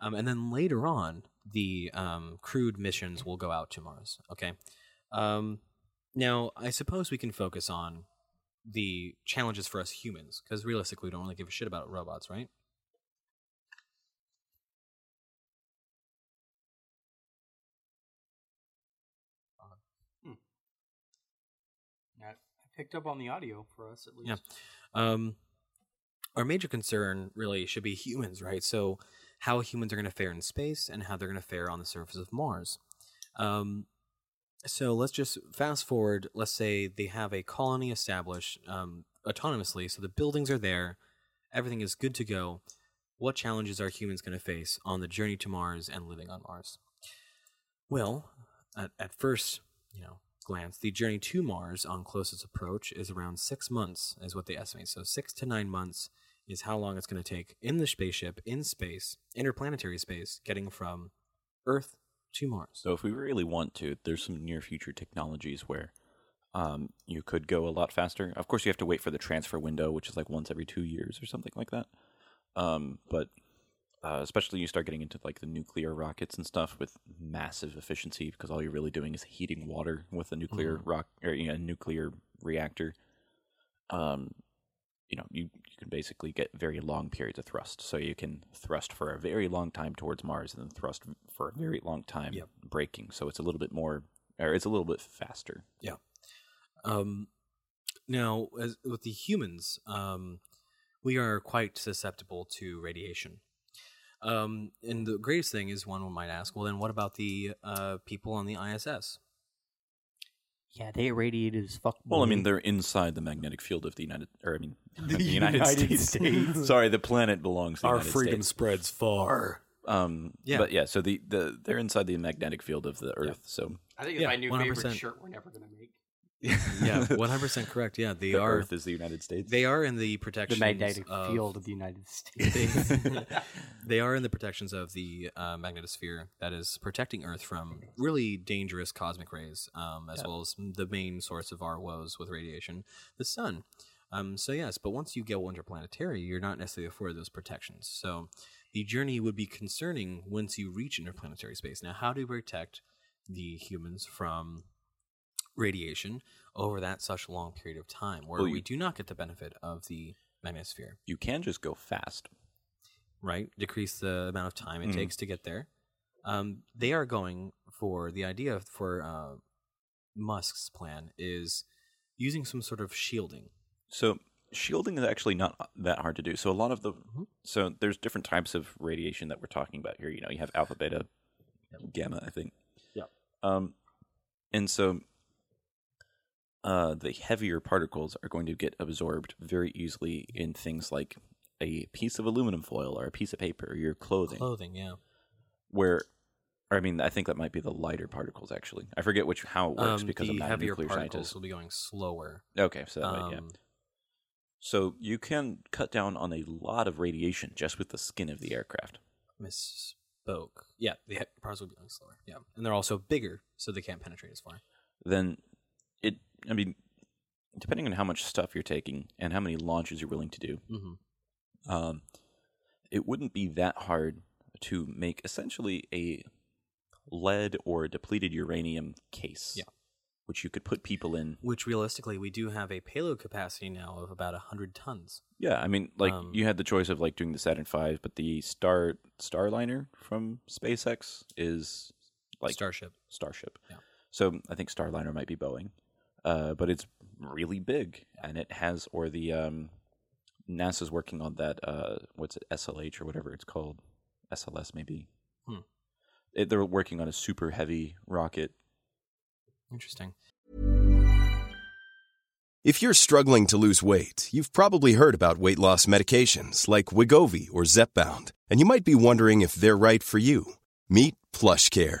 S1: um, and then later on the um, crewed missions will go out to Mars. Okay. Um, now I suppose we can focus on the challenges for us humans because realistically we don't really give a shit about robots, right?
S3: I picked up on the audio for us at
S1: Yeah. Um, our major concern really should be humans, right? So, how humans are going to fare in space and how they're going to fare on the surface of Mars. Um, so, let's just fast forward. Let's say they have a colony established um, autonomously. So, the buildings are there, everything is good to go. What challenges are humans going to face on the journey to Mars and living on Mars? Well, at, at first, you know, glance, the journey to Mars on closest approach is around six months, is what they estimate. So six to nine months is how long it's going to take in the spaceship, in space, interplanetary space, getting from Earth to Mars.
S2: So if we really want to, there's some near future technologies where um, you could go a lot faster. Of course, you have to wait for the transfer window, which is like once every two years or something like that. Um, but uh, especially you start getting into like the nuclear rockets and stuff with massive efficiency because all you're really doing is heating water with a nuclear rock or you know, nuclear reactor. Um, you know, you, you can basically get very long periods of thrust. So you can thrust for a very long time towards Mars and then thrust for a very long time
S1: Yep.
S2: braking. So it's a little bit more, or it's a little bit faster.
S1: Um, now, as with the humans, um, we are quite susceptible to radiation. Um, and the greatest thing is one might ask, well, then what about the uh, people on the ISS?
S3: Yeah, they irradiated as fuck.
S2: Well, I mean,
S3: boy.
S2: they're inside the magnetic field of the United, or I mean, *laughs*
S1: The United States.
S2: Sorry, the planet belongs to the United States.
S1: spreads far.
S2: Um,
S1: Yeah.
S2: But yeah, so the, the they're inside the magnetic field of the Earth. So
S5: I think it's
S1: Yeah,
S5: my new
S1: 100%.
S5: favorite shirt we're never gonna make.
S1: *laughs* Yeah, *laughs*
S2: *laughs*
S1: one hundred percent correct. Yeah, they
S2: the
S1: are.
S2: Earth is the United States.
S1: They are in the protection.
S5: The magnetic field of the United
S2: *laughs*
S5: States.
S1: *laughs* They, they are in the protections of the uh, magnetosphere that is protecting Earth from really dangerous cosmic rays, um, as well as the main source of our woes with radiation, the sun. Um, so yes, but once you go interplanetary, you're not necessarily afforded those protections. So the journey would be concerning once you reach interplanetary space. Now, how do you protect the humans from radiation over that such long period of time, where
S2: Well,
S1: we
S2: you-
S1: do not get the benefit of the magnetosphere?
S2: you can just go fast.
S1: right? Decrease the amount of time it
S2: Mhm.
S1: takes to get there. Um, they are going for the idea of- for uh, Musk's plan is using some sort of shielding.
S2: So shielding is actually not uh, that hard to do. So a lot of the
S1: Mm-hmm.
S2: so there's different types of radiation that we're talking about here. You know, you have alpha, beta, gamma, I think.
S3: Yeah.
S2: Um, and so uh, the heavier particles are going to get absorbed very easily in things like a piece of aluminum foil or a piece of paper or your clothing.
S1: Clothing, yeah.
S2: where, or I mean, I think that might be the lighter particles actually. I forget which how it works
S1: Um,
S2: because
S1: the
S2: I'm not a
S1: heavier
S2: nuclear
S1: particles
S2: scientist.
S1: will be going slower.
S2: Okay, so that might, yeah.
S1: Um,
S2: So you can cut down on a lot of radiation just with the skin of the aircraft.
S1: misspoke. Yeah, the he- particles will be going slower. Yeah, and they're also bigger, so they can't penetrate as far.
S2: Then it, I mean, depending on how much stuff you're taking and how many launches you're willing to do,
S1: Mm-hmm.
S2: um, it wouldn't be that hard to make essentially a lead or depleted uranium case,
S1: Yeah.
S2: which you could put people in.
S1: Which realistically, we do have a payload capacity now of about hundred tons.
S2: Yeah, I mean, like
S1: Um,
S2: you had the choice of like doing the Saturn V, but the Star Starliner from SpaceX is like
S1: Starship.
S2: Starship.
S1: Yeah.
S2: So I think Starliner might be Boeing, uh, but it's really big, and it has or the um, NASA's working on that. Uh, what's it? SLH or whatever it's called, SLS maybe.
S1: Hmm.
S2: It, they're working on a super heavy rocket.
S1: Interesting.
S6: If you're struggling to lose weight, you've probably heard about weight loss medications like Wigovi or Zepbound, and you might be wondering if they're right for you. Meet PlushCare,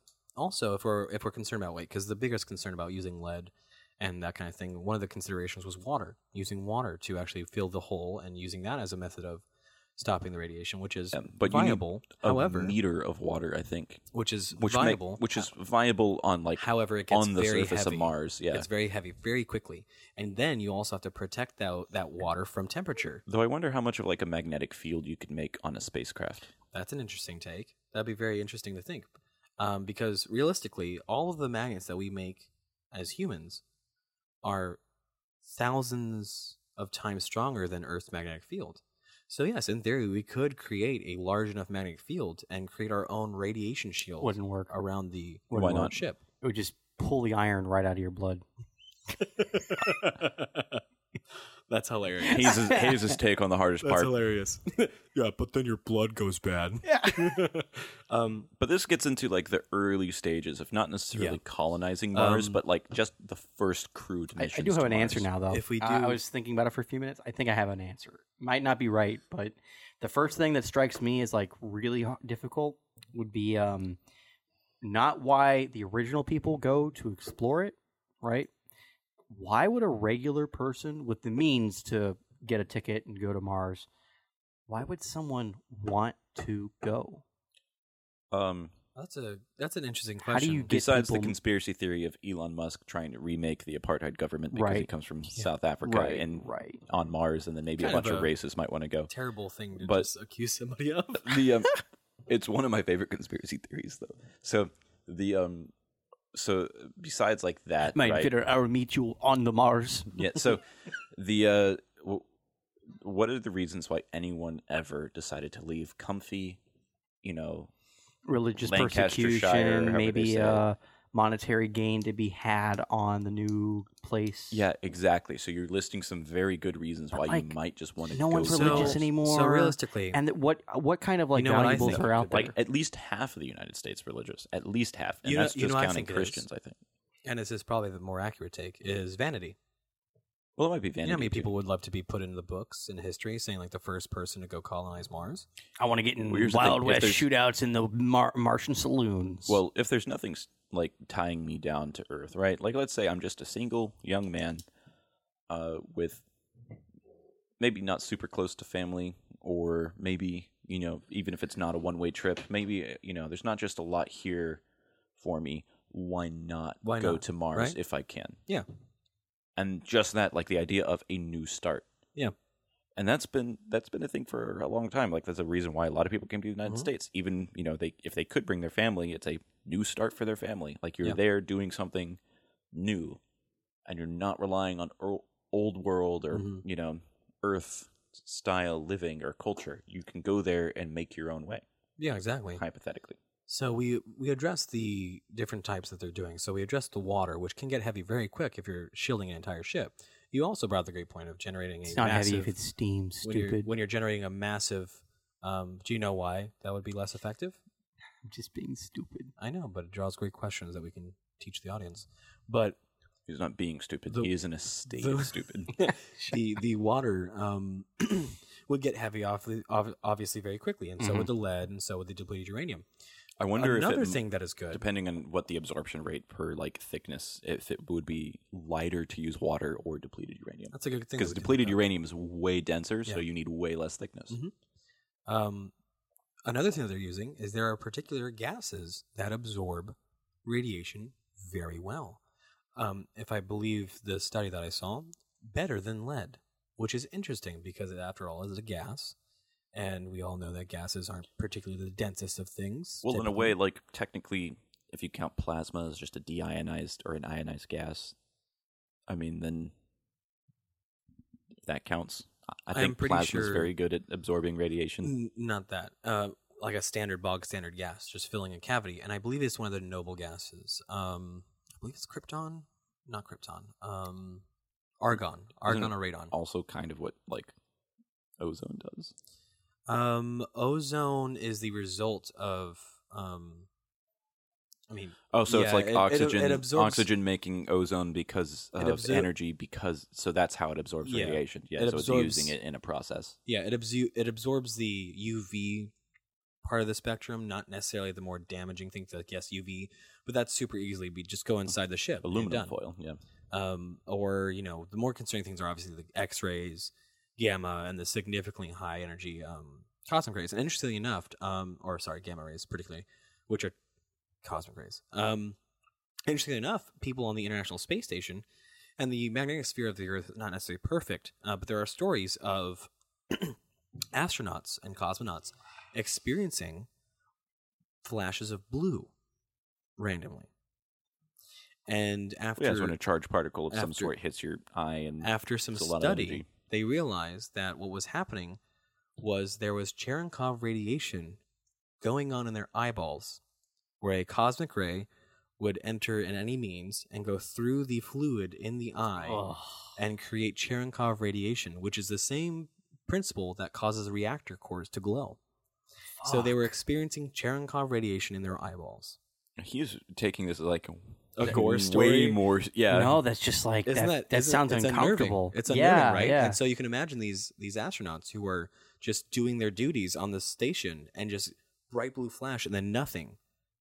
S1: also if we're if we're concerned about weight because the biggest concern about using lead and that kind of thing one of the considerations was water using water to actually fill the hole and using that as a method of stopping the radiation which is
S2: Yeah, but you need
S1: viable
S2: a
S1: however
S2: meter of water, I think,
S1: which is
S2: which ma-
S1: viable uh,
S2: which is viable on like
S1: however it gets
S2: on the
S1: very
S2: surface
S1: heavy.
S2: of Mars. Yeah.
S1: it's very heavy very quickly and then you also have to protect that that water from temperature
S2: Though I wonder how much of like a magnetic field you could make on
S3: *laughs*
S2: a spacecraft.
S1: That's an interesting take. That'd be very interesting to think. Um, because realistically, all of the magnets that we make as humans are thousands of times stronger than Earth's magnetic field. So, yes, in theory, we could create a large enough magnetic field and create our own radiation shield
S3: Wouldn't work.
S1: around the
S3: Wouldn't
S2: Why not?
S1: ship.
S3: It would just pull the iron right out of your blood.
S1: That's hilarious.
S2: Hayes' Hayes' take on the hardest part.
S1: hilarious. *laughs* yeah, but then your blood goes bad. um,
S2: But this gets into like the early stages of not necessarily
S1: Yeah.
S2: colonizing Mars,
S1: Um,
S2: but like just the first crude
S3: I,
S2: missions.
S3: I do have
S2: to
S3: an answer
S2: Mars.
S3: now, though.
S1: If we
S3: I- I
S1: do-
S3: was thinking about it for a few minutes. I think I have an answer. Might not be right, but the first thing that strikes me as like really ho- difficult would be um, not why the original people go to explore it, right? Why would a regular person with the means to get a ticket and go to Mars? Why would someone want to go?
S2: Um,
S1: that's a that's an interesting question.
S3: How do you get
S2: besides the
S3: people-
S2: conspiracy theory of Elon Musk trying to remake the apartheid government because he
S3: Right.
S2: comes from South Africa
S3: right,
S2: and
S3: right?
S2: on Mars, and then maybe
S1: Kind
S2: a
S1: of
S2: bunch of
S1: a-
S2: racists might want to go.
S1: terrible thing to
S2: But-
S1: just accuse somebody of.
S2: the um, it's one of my favorite conspiracy theories though. So the um, so besides like that,
S3: My
S2: right?
S3: Peter, I'll meet you on the Mars.
S2: yeah. So the uh, w- what are the reasons why anyone ever decided to leave comfy? You know,
S3: religious
S2: Lancastershire,
S3: persecution,
S2: however they say
S3: maybe
S2: it.
S3: uh, monetary gain to be had on the new place.
S2: Yeah, exactly. So you're listing some very good reasons
S3: But,
S2: why
S3: like,
S2: you might just want to
S3: no
S2: go
S3: one's
S2: there.
S3: religious
S1: so,
S3: anymore.
S1: So realistically,
S3: And th- what what kind of like
S1: know what I
S3: valuables
S1: think
S3: are out there?
S2: Like at least half of the United States religious, at least half, and
S1: You know-
S2: that's
S1: you
S2: just
S1: know what I
S2: counting
S1: think it is?
S2: Christians, I think.
S1: and this is probably the more accurate take is vanity.
S2: Well, it might be
S1: You
S2: vanity.
S1: know how many
S2: too.
S1: people would love to be put into the books in history saying like the first person to go colonize Mars?
S3: I want to get in
S2: Well, here's the
S3: Wild
S2: thing, if
S3: West
S2: there's-
S3: shootouts in the Mar- Martian saloons.
S2: Well, if there's nothing s- like tying me down to earth, right? Like, let's say I'm just a single young man, uh, with maybe not super close to family, or maybe you know, even if it's not a one way trip, maybe uh, you know, there's not just a lot here for me. Why not
S1: Why
S2: go
S1: not,
S2: to Mars
S1: right?
S2: if I can?
S1: Yeah.
S2: and just that, like the idea of a new start.
S1: Yeah.
S2: And that's been that's been a thing for a long time. Like that's a reason why a lot of people came to the United
S1: Mhm.
S2: States. Even you know they if they could bring their family, it's a new start for their family. Like you're
S1: Yeah.
S2: there doing something new, and you're not relying on earl- old world or
S1: Mhm.
S2: you know Earth style living or culture. You can go there and make your own way.
S1: Yeah, exactly.
S2: Hypothetically,
S1: So we we address the different types that they're doing. So we address the water, which can get heavy very quick if you're shielding an entire ship. You also brought up the great point of generating a
S3: it's not
S1: massive,
S3: heavy if it's steam.
S1: when you're,
S3: Stupid.
S1: when you're generating a massive. Um, do you know why that would be less effective?
S5: I'm just being stupid.
S1: I know, but it draws great questions that we can teach the audience. But
S2: he's not being stupid.
S1: The-
S2: he is in a state
S1: the-
S2: of
S1: *laughs*
S2: stupid.
S1: the the water um, *clears throat* would get heavy off the, ob- obviously very quickly, and so would the lead, and so would the depleted uranium.
S2: I Mm-hmm. wonder if
S1: Another
S2: it,
S1: thing that is good.
S2: depending on what the absorption rate per like thickness, if it would be lighter to use water or depleted uranium.
S1: that's a good thing that
S2: Because
S1: we didn't
S2: depleted
S1: know.
S2: uranium is way denser, so
S1: Yeah.
S2: you need way less thickness.
S1: Mhm. Um, another thing that they're using is there are particular gases that absorb radiation very well. Um, if I believe the study that I saw, better than lead, which is interesting because it, after all, is a gas, and we all know that gases aren't particularly the densest of things.
S2: Well, in a
S1: typically.
S2: way, like technically, if you count plasma as just a deionized or an ionized gas, I mean, then if that counts. I- I
S1: I'm
S2: think
S1: pretty
S2: plasma is
S1: sure- Mm.
S2: very good at absorbing radiation.
S1: N- not that. Uh, like a standard bog standard gas, just filling a cavity, and I believe it's one of the noble gases. Um, I believe it's krypton, not krypton. Um, argon, argon or radon.
S2: Also, kind of what like ozone does.
S1: Um, ozone is the result of um. I mean,
S2: Oh, so it's
S1: Yeah,
S2: like
S1: it- it-
S2: oxygen,
S1: it absorbs-
S2: oxygen making ozone because of
S1: absor-
S2: energy. Because so that's how it absorbs
S1: Yeah.
S2: radiation. Yeah,
S1: It
S2: so
S1: absorbs-
S2: it's using it in a process.
S1: yeah, it absor- it absorbs the UV part of the spectrum, not necessarily the more damaging thing. Like yes, UV, but that's super easily. We just go inside the ship. and
S2: Oh, Aluminum
S1: done.
S2: foil. Yeah,
S1: um, or you know, the more concerning things are obviously the X-rays, gamma, and the significantly high energy um, cosmic rays. And interestingly enough, um, or sorry, gamma rays particularly, which are cosmic rays. Um, interestingly enough, people on the International Space Station and the magnetic sphere of the Earth is not necessarily perfect, uh, but there are stories of *clears throat* astronauts and cosmonauts experiencing flashes of blue randomly. And after
S2: yeah. it's when a charged particle of some
S1: after-
S2: sort hits your eye and
S1: after some
S2: It's a lot of
S1: study,
S2: energy.
S1: they realized that what was happening was there was Cherenkov radiation going on in their eyeballs, where a cosmic ray would enter in any means and go through the fluid in the eye
S5: Ugh.
S1: and create Cherenkov radiation, which is the same principle that causes reactor cores to glow. So they were experiencing Cherenkov radiation in their eyeballs.
S2: he's taking this as like
S1: A
S2: way
S1: gore story?
S2: more. Yeah,
S3: no, that's just like
S1: Isn't
S3: that. That,
S1: isn't-
S3: sounds
S1: it's unnerving.
S3: uncomfortable.
S1: It's unnerving,
S3: yeah,
S1: right?
S3: Yeah.
S1: And so you can imagine these these astronauts who are just doing their duties on the station and just bright blue flash and then nothing.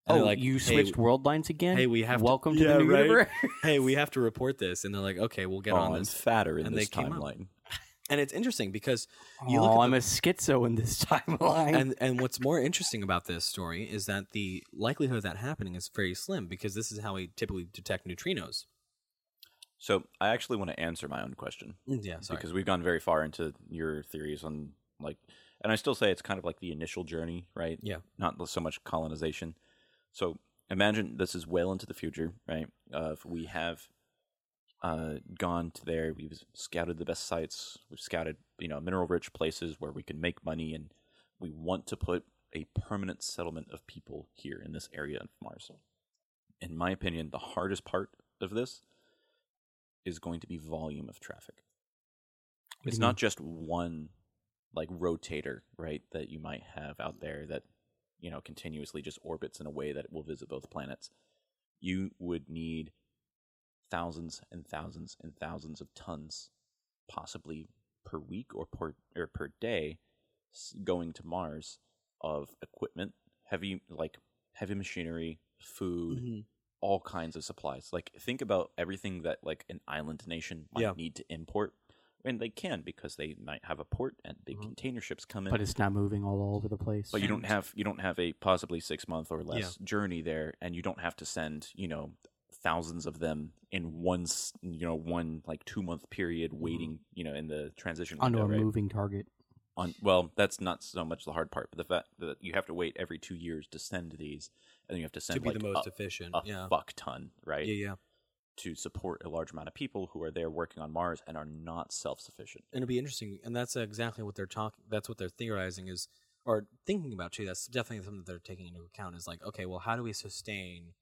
S1: And
S3: oh,
S1: they're like,
S3: you
S1: "Hey,
S3: switched world lines again.
S1: hey, we have to-
S3: welcome to,
S1: Yeah,
S3: the new
S1: right.
S3: universe.
S1: *laughs* Hey, we have to report this, and they're like, okay, we'll get
S2: oh,
S1: on
S2: I'm
S1: this.
S2: fatter in
S1: And they
S2: this
S1: came up.
S2: timeline.
S1: And it's interesting because You
S3: You
S1: look
S3: oh,
S1: at
S3: I'm
S1: the-
S3: a schizo in this *laughs* timeline.
S1: and and what's more interesting about this story is that the likelihood of that happening is very slim because this is how we typically detect neutrinos.
S2: So I actually want to answer my own question.
S1: Mm, Yeah, sorry.
S2: because we've gone very far into your theories on like and i still say it's kind of like the initial journey right
S1: Yeah.
S2: not so much colonization so imagine this is well into the future right uh, if we have uh, gone to there we've scouted the best sites we've scouted you know mineral rich places where we can make money and we want to put a permanent settlement of people here in this area of mars in my opinion, the hardest part of this is going to be volume of traffic.
S5: do
S2: it's
S5: you mean?
S2: not just one like rotator, right, that you might have out there that you know continuously just orbits in a way that will visit both planets. You would need thousands and thousands and thousands of tons, possibly per week or per or per day, s- going to Mars of equipment, heavy like heavy machinery, food, all kinds of supplies. Like think about everything that like an island nation might
S1: Yeah.
S2: need to import, and they can because they might have a port and big
S1: Mm-hmm.
S2: container ships come in.
S5: But it's not moving all over the place.
S2: But you don't have you don't have a possibly six month or less journey there, and you don't have to send you know thousands of them in one s- you know one like two month period
S1: Mm-hmm.
S2: waiting you know in the transition
S5: onto
S2: window,
S5: a
S2: right?
S5: moving target.
S2: on well that's not so much the hard part but the fact that you have to wait every two years to send these and you have to send
S1: to be
S2: like
S1: the most
S2: a,
S1: efficient.
S2: a
S1: yeah.
S2: fuck ton right
S1: Yeah, yeah.
S2: to support a large amount of people who are there working on mars and are not self-sufficient
S1: And it'll be interesting, and that's exactly what they're talking. That's what they're theorizing is, or thinking about too. That's definitely something that they're taking into account. Is like, okay, well, how do we sustain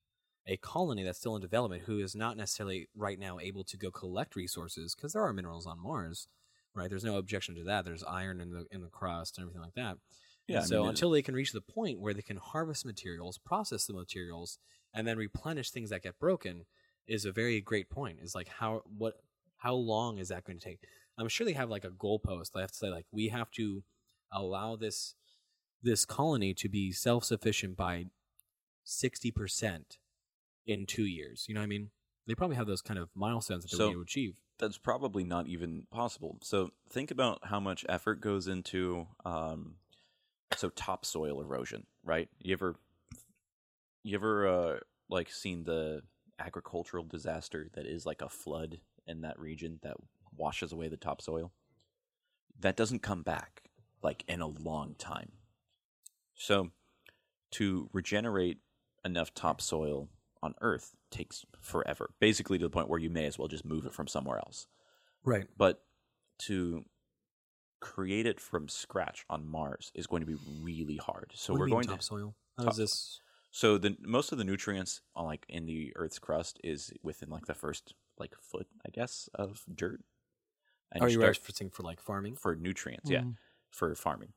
S1: a colony that's still in development, who is not necessarily right now able to go collect resources because there are minerals on Mars, right? There's no objection to that. There's iron in the in the crust and everything like that.
S2: Yeah,
S1: Yeah.
S2: I
S1: so
S2: mean, it-
S1: until they can reach the point where they can harvest materials, process the materials, and then replenish things that get broken, is a very great point. Is like how what how long is that going to take? I'm sure they have like a goalpost. They have to say like we have to allow this this colony to be self sufficient by sixty percent in two years. You know what I mean? They probably have those kind of milestones that they
S2: So-
S1: want to achieve.
S2: that's probably not even possible so think about how much effort goes into um so topsoil erosion right you ever you ever uh like seen the agricultural disaster that is like a flood in that region that washes away the topsoil that doesn't come back like in a long time. So to regenerate enough topsoil on Earth takes forever, basically to the point where you may as well just move it from somewhere else.
S1: Right.
S2: But to create it from scratch on Mars is going to be really hard. So we're going to
S1: topsoil. How is this?
S2: so the most of the nutrients on like in the Earth's crust is within like the first like foot, I guess, of dirt. And
S1: Are Oh, you
S2: start-
S1: referencing for Hmm. like farming?
S2: for nutrients,
S3: Mm,
S2: yeah, for farming.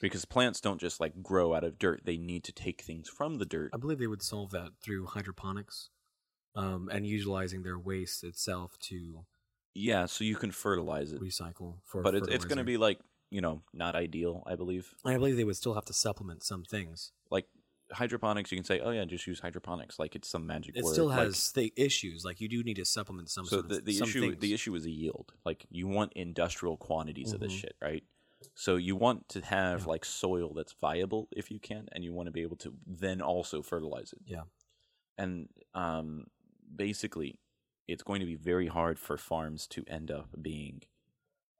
S2: Because plants don't just like grow out of dirt, they need to take things from the dirt.
S1: I believe they would solve that through hydroponics um, and utilizing their waste itself to
S2: Yeah, so you can fertilize it.
S1: recycle for.
S2: But it's, it's going to
S1: fertilizer.
S2: be like, you know, not ideal, I believe.
S1: I believe they would still have to supplement some things.
S2: Like hydroponics, you can say, oh yeah, just use hydroponics. Like it's some magic
S1: It
S2: word.
S1: still
S2: like-
S1: has the issues. Like you do need to supplement some.
S2: so
S1: sort
S2: the,
S1: of,
S2: the
S1: some
S2: issue
S1: things.
S2: the issue is a yield like you want industrial quantities of this
S1: Mhm.
S2: shit right so you want to have
S1: Yeah.
S2: like soil that's viable if you can and you want to be able to then also fertilize it
S1: Yeah.
S2: and um basically it's going to be very hard for farms to end up being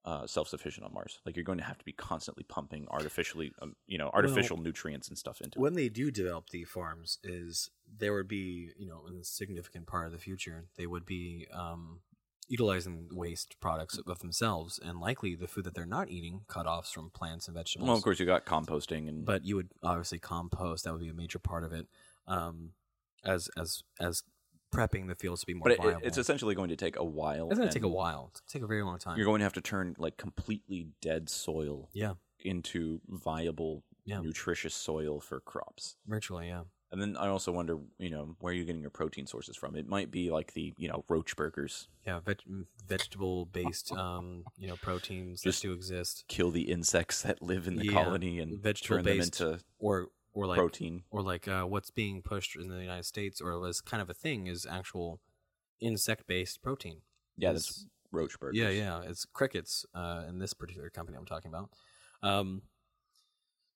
S2: uh, self-sufficient on Mars, like you're going to have to be constantly pumping artificially, um, you know, artificial nutrients and stuff into it.
S1: when they do develop the farms is there would be you know in a significant part of the future they would be um, utilizing waste products of themselves and likely the food that they're not eating cut-offs from plants and vegetables
S2: Well, of course, you got composting and
S1: but you would obviously compost that would be a major part of it um, as as as prepping the fields to be more
S2: but it,
S1: viable
S2: it's essentially going to take a while.
S1: it's going to take a
S2: and-
S1: while it's going to take a very long time
S2: You're going to have to turn like completely dead soil
S1: yeah
S2: into viable,
S1: Yeah.
S2: nutritious soil for crops.
S1: virtually yeah
S2: And then I also wonder, you know, where you're getting your protein sources from. It might be like the, you know, roach burgers.
S1: yeah veg- vegetable based um, you know proteins
S2: Just-
S1: that do exist
S2: Kill the insects that live in the
S1: Yeah.
S2: colony and turn them
S1: Vegetable-based
S2: into
S1: or or like
S2: protein.
S1: or like uh, what's being pushed in the United States, or was kind of a thing, is actual insect-based protein.
S2: Yeah,
S1: It's-
S2: that's roach burgers.
S1: yeah, yeah. It's crickets uh, in this particular company I'm talking about. Um,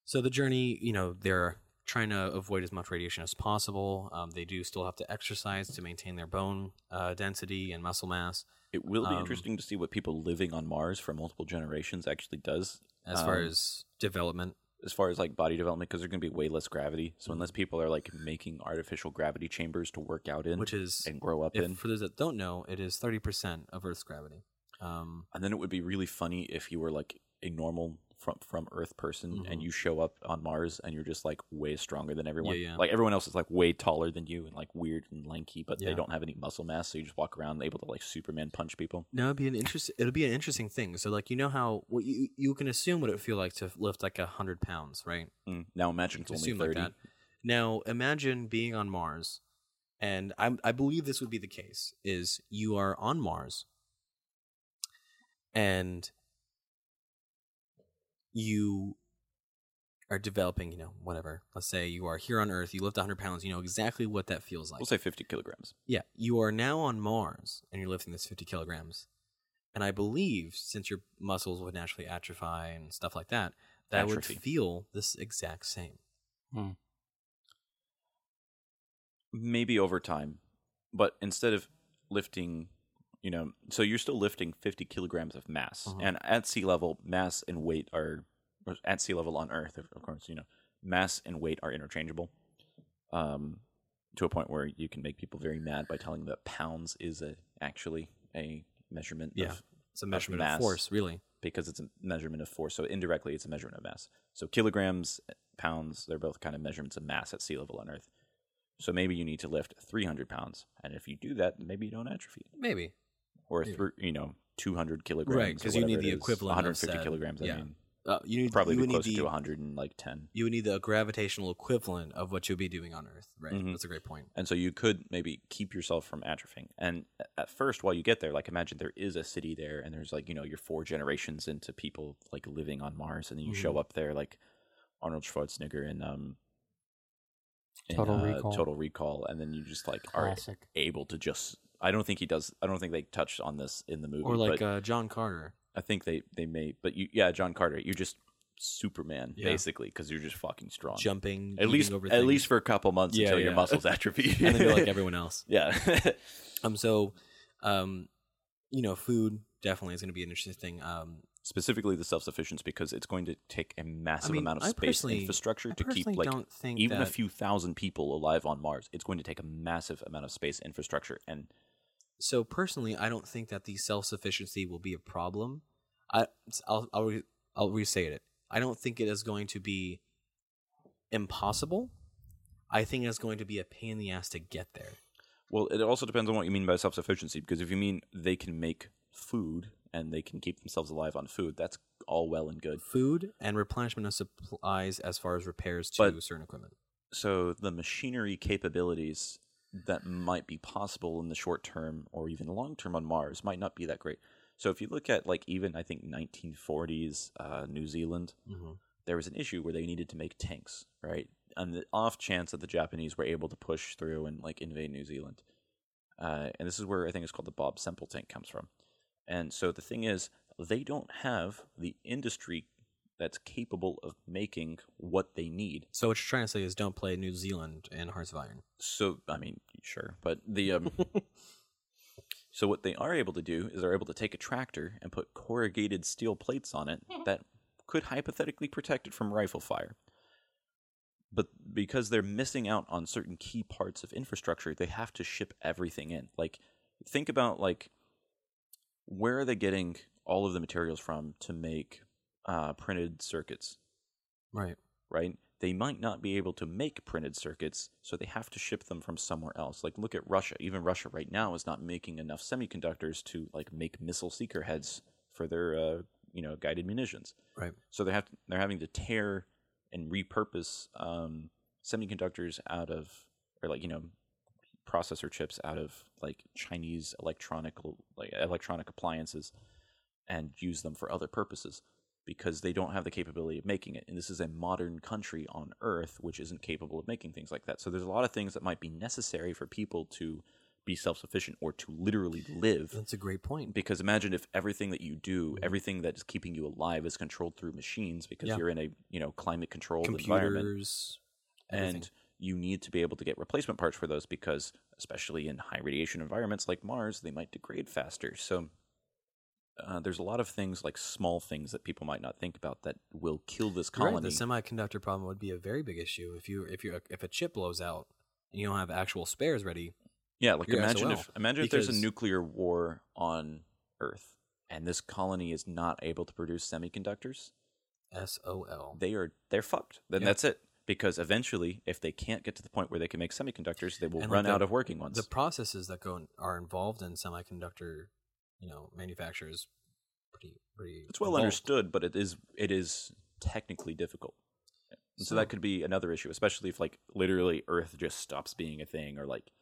S1: so the journey, you know, they're trying to avoid as much radiation as possible. Um, they do still have to exercise to maintain their bone uh, density and muscle mass.
S2: It will be
S1: Um,
S2: interesting to see what people living on Mars for multiple generations actually does
S1: As far
S2: Um,
S1: as development,
S2: as far as like body development because there's going to be way less gravity.
S1: Mm-hmm.
S2: So unless people are like making artificial gravity chambers to work out in
S1: which is,
S2: and grow up in,
S1: if, for those that don't know, it is thirty percent of Earth's gravity. Um,
S2: And then it would be really funny if you were like a normal from from Earth person, and
S1: Mhm.
S2: you show up on Mars, and you're just like way stronger than everyone.
S1: yeah.
S2: Like everyone else is like way taller than you and like weird and lanky, but they
S1: Yeah.
S2: don't have any muscle mass, so you just walk around able to like Superman punch people.
S1: No, it'd be an interest. It'll be an interesting thing. So, like, you know how well, you you can assume what it would feel like to lift like a hundred pounds, right?
S2: Mm. Now imagine
S1: You
S2: it's
S1: can
S2: only
S1: assume
S2: thirty.
S1: like that. Now, imagine being on Mars, and I I believe this would be the case. Is you are on Mars, and you are developing, you know, whatever. Let's say you are here on Earth. You lift hundred pounds. You know exactly what that feels like.
S2: We'll say fifty kilograms.
S1: Yeah, you are now on Mars and you're lifting this 50 kilograms. And I believe since your muscles would naturally atrophy and stuff like that, that
S2: Atrophy.
S1: would feel this exact same.
S2: maybe over time, but instead of lifting, you know, so you're still lifting 50 kilograms of mass,
S1: Uh-huh.
S2: and at sea level, mass and weight are or at sea level on Earth, of of course, you know, mass and weight are interchangeable. Um, to a point where you can make people very mad by telling them that pounds is a actually a measurement
S1: Yeah.
S2: of
S1: It's a measurement
S2: mass.
S1: of force, really.
S2: because it's a measurement of force. So indirectly, it's a measurement of mass. So kilograms, pounds, they're both kind of measurements of mass at sea level on Earth. So maybe you need to lift 300 pounds, and if you do that, maybe you don't atrophy,
S1: Maybe.
S2: or
S1: Yeah.
S2: thr you know 200 kilograms, or
S1: 'cause you need
S2: whatever
S1: the
S2: it is.
S1: equivalent of
S2: 150
S1: said-
S2: kilograms. I
S1: yeah.
S2: mean,
S1: Uh, you need
S2: probably
S1: you
S2: be
S1: would need
S2: closer
S1: the,
S2: to 110.
S1: You would need the gravitational equivalent of what you'd be doing on Earth, right?
S2: Mhm.
S1: That's a great point.
S2: And so you could maybe keep yourself from atrophying. And a- at first, while you get there, like imagine there is a city there, and there's like you know you're four generations into people like living on Mars, and then you
S1: Mm-hmm.
S2: show up there like Arnold Schwarzenegger and um, in,
S5: Total
S2: uh,
S5: Recall.
S2: Total Recall, and then you just like are
S5: Classic.
S2: able to just. I don't think he does. I don't think they touched on this in the movie.
S1: Or like
S2: but
S1: uh, John Carter.
S2: I think they they may. But you, yeah, John Carter, you're just Superman
S1: Yeah.
S2: basically because you're just fucking strong.
S1: Jumping
S2: at
S1: leaping
S2: least
S1: over
S2: at
S1: things,
S2: least for a couple months
S1: Yeah,
S2: until your
S1: yeah.
S2: muscles atrophy.
S1: *laughs* and then you're
S2: *laughs*
S1: like everyone else.
S2: yeah.
S1: Um so um you know, food definitely is gonna be an interesting thing. Um
S2: specifically the self-sufficiency because it's going to take a massive
S1: mean,
S2: amount of
S1: I
S2: space
S1: personally-
S2: infrastructure
S1: I
S2: to keep
S1: personally
S2: like
S1: don't think
S2: even a
S1: that-
S2: few thousand people alive on mars it's going to take a massive amount of space infrastructure and
S1: so personally, I don't think that the self sufficiency will be a problem. I I'll I'll, re, I'll restate it. I don't think it is going to be impossible. I think it's going to be a pain in the ass to get there.
S2: well it also depends on what you mean by self-sufficiency because if you mean they can make food and they can keep themselves alive on food that's all well and good
S1: Food and replenishment of supplies as far as repairs to
S2: But-
S1: certain equipment.
S2: so the machinery capabilities that might be possible in the short term or even long term on Mars might not be that great. So if you look at like even I think 1940s uh, New Zealand,
S1: Mhm.
S2: there was an issue where they needed to make tanks, right? On the off chance that the Japanese were able to push through and like invade New Zealand, uh, and this is where I think it's called the Bob Semple tank comes from. And so the thing is, they don't have the industry that's capable of making what they need.
S1: So what you're trying to say is don't play New Zealand and Hearts of Iron.
S2: So I mean, sure, but the um, so what they are able to do is they're able to take a tractor and put corrugated steel plates on it that could hypothetically protect it from rifle fire. But because they're missing out on certain key parts of infrastructure, they have to ship everything in. Like, think about like where are they getting all of the materials from to make uh, printed circuits?
S1: Right.
S2: right? They might not be able to make printed circuits, so they have to ship them from somewhere else. Like look at Russia. Even Russia right now is not making enough semiconductors to like make missile seeker heads for their uh, you know guided munitions.
S1: Right.
S2: So they have to, they're having to tear and repurpose um, semiconductors out of or like you know processor chips out of like Chinese electronic like electronic appliances and use them for other purposes because they don't have the capability of making it. And this is a modern country on Earth which isn't capable of making things like that. So there's a lot of things that might be necessary for people to be self-sufficient or to literally live
S1: That's a great point.
S2: because imagine if everything that you do, everything that is keeping you alive, is controlled through machines because
S1: Mm-hmm. Yeah.
S2: you're in a you know climate controlled environment,
S1: Computers. everything.
S2: and you need to be able to get replacement parts for those because, especially in high radiation environments like Mars, they might degrade faster. So uh, there's a lot of things like small things that people might not think about that will kill this
S1: You're
S2: colony.
S1: Right, the semiconductor problem would be a very big issue if you if you if a chip blows out and you don't have actual spares ready.
S2: Yeah, like
S1: You're
S2: imagine
S1: SOL,
S2: if imagine if there's a
S1: because-
S2: nuclear war on Earth and this colony is not able to produce semiconductors.
S1: S O L.
S2: they are they're fucked. Then
S1: Yeah.
S2: that's it. Because eventually, if they can't get to the point where they can make semiconductors, they will
S1: And, like,
S2: run
S1: the-
S2: out of working ones.
S1: The processes that go in, are involved in semiconductor, you know, manufacture is pretty pretty.
S2: it's well
S1: involved.
S2: understood, but it is it is technically difficult. And so that could be another issue, especially if like literally Earth just stops being a thing, or like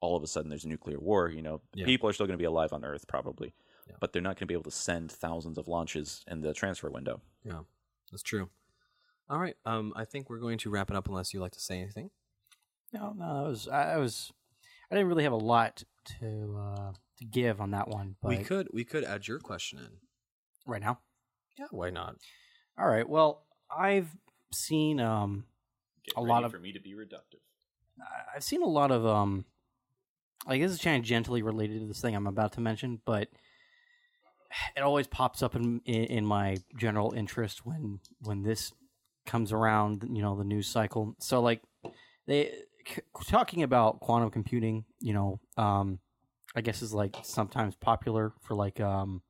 S2: all of a sudden there's a nuclear war. You know,
S1: Yeah.
S2: people are still going to be alive on Earth probably,
S1: Yeah.
S2: but they're not going to be able to send thousands of launches in the transfer window.
S1: Yeah, that's true. All right, um, I think we're going to wrap it up unless you like to say anything.
S3: No, no, that was I, I was I didn't really have a lot to uh, to give on that one. But
S1: We could we could add your question in.
S3: right now.
S1: Yeah, why not?
S3: All right. Well, I've seen um A lot ready of- for
S2: me to be reductive.
S3: I- I've seen a lot of um like this is kind of gently related to this thing I'm about to mention, but it always pops up in in, in my general interest when when this comes around, you know, the news cycle. So like they c- talking about quantum computing, you know, um I guess is like sometimes popular for like um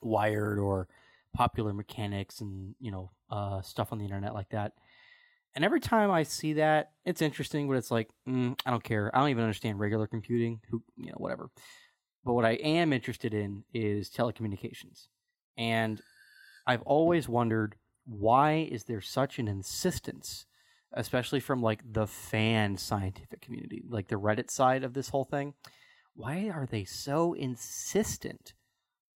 S3: wired or popular mechanics and, you know, uh stuff on the internet like that. And every time I see that, it's interesting, but it's like, mm, I don't care. I don't even understand regular computing, who, you know, whatever. But what I am interested in is telecommunications. And I've always wondered why is there such an insistence, especially from like the fan scientific community, like the Reddit side of this whole thing? Why are they so insistent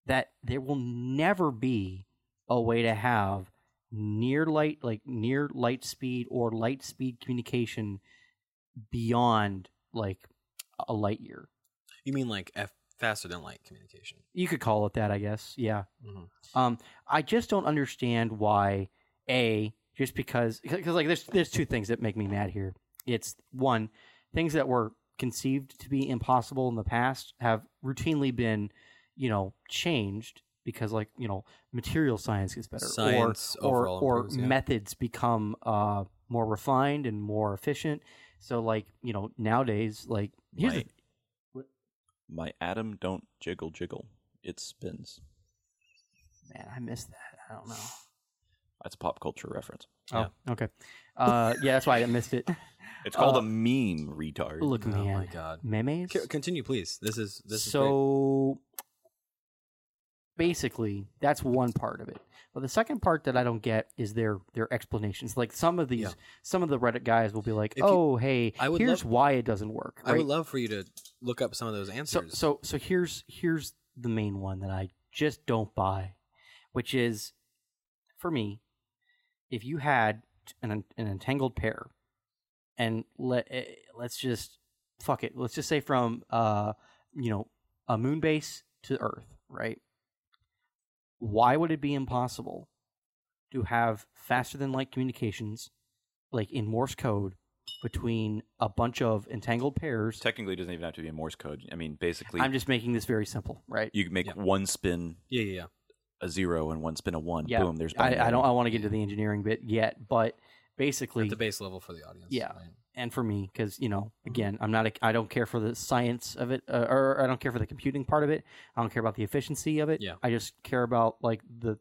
S3: that there will never be a way to have near light like near light speed or light speed communication beyond like a light year
S1: You mean like F- faster than light communication?
S3: you could call it that i guess yeah
S1: Mhm.
S3: um i just don't understand why a just because because like there's there's two things that make me mad here it's one things that were conceived to be impossible in the past have routinely been you know changed because like you know material science gets better or-
S1: Science
S3: or
S1: overall
S3: or
S1: improves, yeah.
S3: methods become uh more refined and more efficient so like you know nowadays like here's the-
S2: My, my atom don't jiggle jiggle; it spins.
S3: man i missed that i don't know
S2: That's a pop culture reference.
S1: Yeah.
S3: oh okay uh yeah that's why i
S1: *laughs*
S3: missed it
S2: It's called
S3: Uh,
S2: a meme retard.
S3: look
S1: oh
S3: man
S1: my god!
S3: memes
S1: C- continue, please. This is this is great.
S3: so basically that's one part of it but the second part that i don't get is their their explanations like some of these
S1: Yeah.
S3: some of the reddit guys will be like
S1: If you-
S3: oh hey
S1: I would
S3: here's
S1: love-
S3: why it doesn't work
S1: I
S3: right?
S1: would love for you to look up some of those answers.
S3: So, so so here's here's the main one that I just don't buy, which is for me, if you had an an entangled pair, and let eh, let's just fuck it, let's just say from uh you know a moon base to Earth, right? Why would it be impossible to have faster than light communications, like in Morse code, between a bunch of entangled pairs?
S2: Technically, it doesn't even have to be in Morse code. I mean, basically,
S3: I'm just making this very simple, right?
S2: you can make
S1: Yeah.
S2: one spin
S1: yeah, yeah, yeah.
S2: a zero and one spin a one. Boom. There's.
S3: I, I
S2: binary.
S3: don't. I want to get into the engineering bit yet, but basically,
S1: At the base level for the audience.
S3: Yeah.
S1: right?
S3: and for me, because you know, again, I'm not. A, I don't care for the science of it, uh, or I don't care for the computing part of it. I don't care about the efficiency of it.
S1: Yeah.
S3: I just care about like the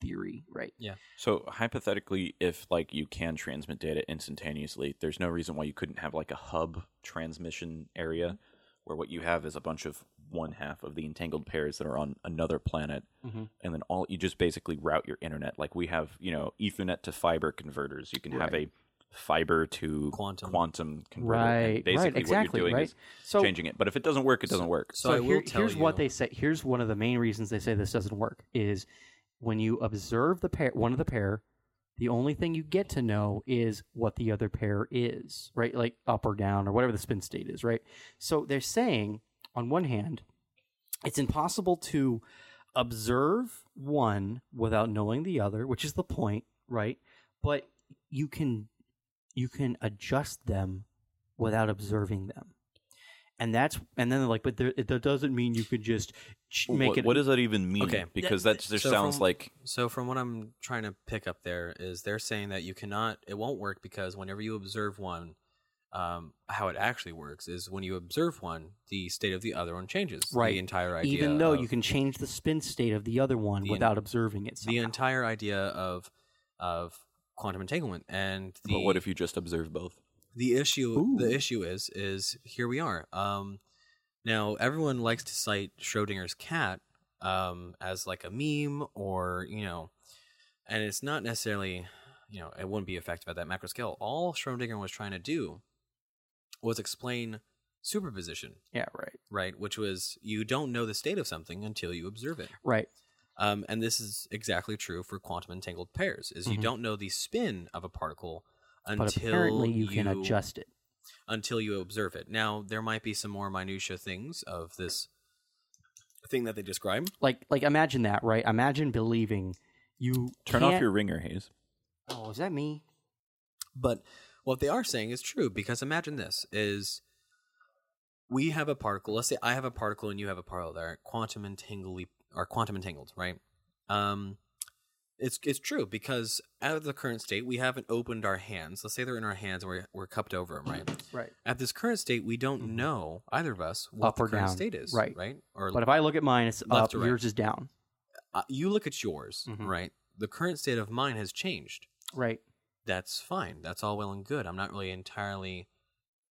S3: theory, right?
S2: So hypothetically, if like you can transmit data instantaneously, there's no reason why you couldn't have like a hub transmission area where what you have is a bunch of one half of the entangled pairs that are on another planet,
S3: Mhm.
S2: and then all you just basically route your internet. Like we have, you know, Ethernet to fiber converters. You can have a fiber to
S1: Quantum.
S2: quantum converter.
S3: Right,
S2: And
S3: right,
S2: basically,
S3: exactly,
S2: what you're doing
S3: right?
S2: is
S3: So
S2: changing it. But if it doesn't work, it doesn't work.
S1: So, I will
S3: here-
S1: tell
S3: here's what
S1: you-
S3: they say. Here's one of the main reasons they say this doesn't work is when you observe the pair, one of the pair, the only thing you get to know is what the other pair is, right? Like up or down or whatever the spin state is, right? So they're saying, on one hand, it's impossible to observe one without knowing the other, which is the point, right? But you can you can adjust them without observing them. And that's and then they're like, but there, it, that doesn't mean you could just ch- make
S2: what,
S3: it.
S2: what does that even mean?
S1: Okay.
S2: Because
S1: Yeah,
S2: that just
S1: so
S2: sounds
S1: from-
S2: like
S1: So from what I'm trying to pick up there is they're saying that you cannot it won't work because whenever you observe one um, how it actually works is when you observe one, the state of the other one changes.
S3: Right.
S1: The entire idea.
S3: Even though
S1: of-
S3: you can change the spin state of the other one
S1: The en-
S3: without observing it.
S1: the
S3: somehow.
S1: entire idea of of quantum entanglement and the,
S2: but what if you just observe both?
S1: the issue the
S3: Ooh.
S1: issue is is here we are um now everyone likes to cite schrodinger's cat um as like a meme or you know and it's not necessarily you know it wouldn't be effective at that macro scale all schrodinger was trying to do was explain superposition
S3: yeah, right,
S1: right which was you don't know the state of something until you observe it
S3: right,
S1: um, and this is exactly true for quantum entangled pairs, is you
S3: Mhm.
S1: don't know the spin of a particle until
S3: but apparently you, can adjust it.
S1: until you observe it. Now there might be some more minutia things of this thing that they describe.
S3: Like, like imagine that, right? Imagine believing you
S2: Turn off
S3: can't-
S2: your ringer, Hayes.
S3: Oh, is that me?
S1: But what they are saying is true because imagine this is we have a particle. Let's say I have a particle and you have a particle that are quantum entangly are quantum entangled, right? Um, it's it's true because out of the current state, we haven't opened our hands. Let's say they're in our hands and we're we're cupped over them, right?
S3: Right.
S1: At this current state, we don't
S3: Mhm.
S1: know either of us what
S3: Up
S1: the
S3: or
S1: current
S3: down,
S1: state is,
S3: right.
S1: Right? Or
S3: But if I look at mine, it's
S1: Left
S3: up.
S1: or right?
S3: Yours is down.
S1: uh, you look at yours,
S3: Mhm.
S1: right? The current state of mine has changed.
S3: Right.
S1: that's fine. That's all well and good. I'm not really entirely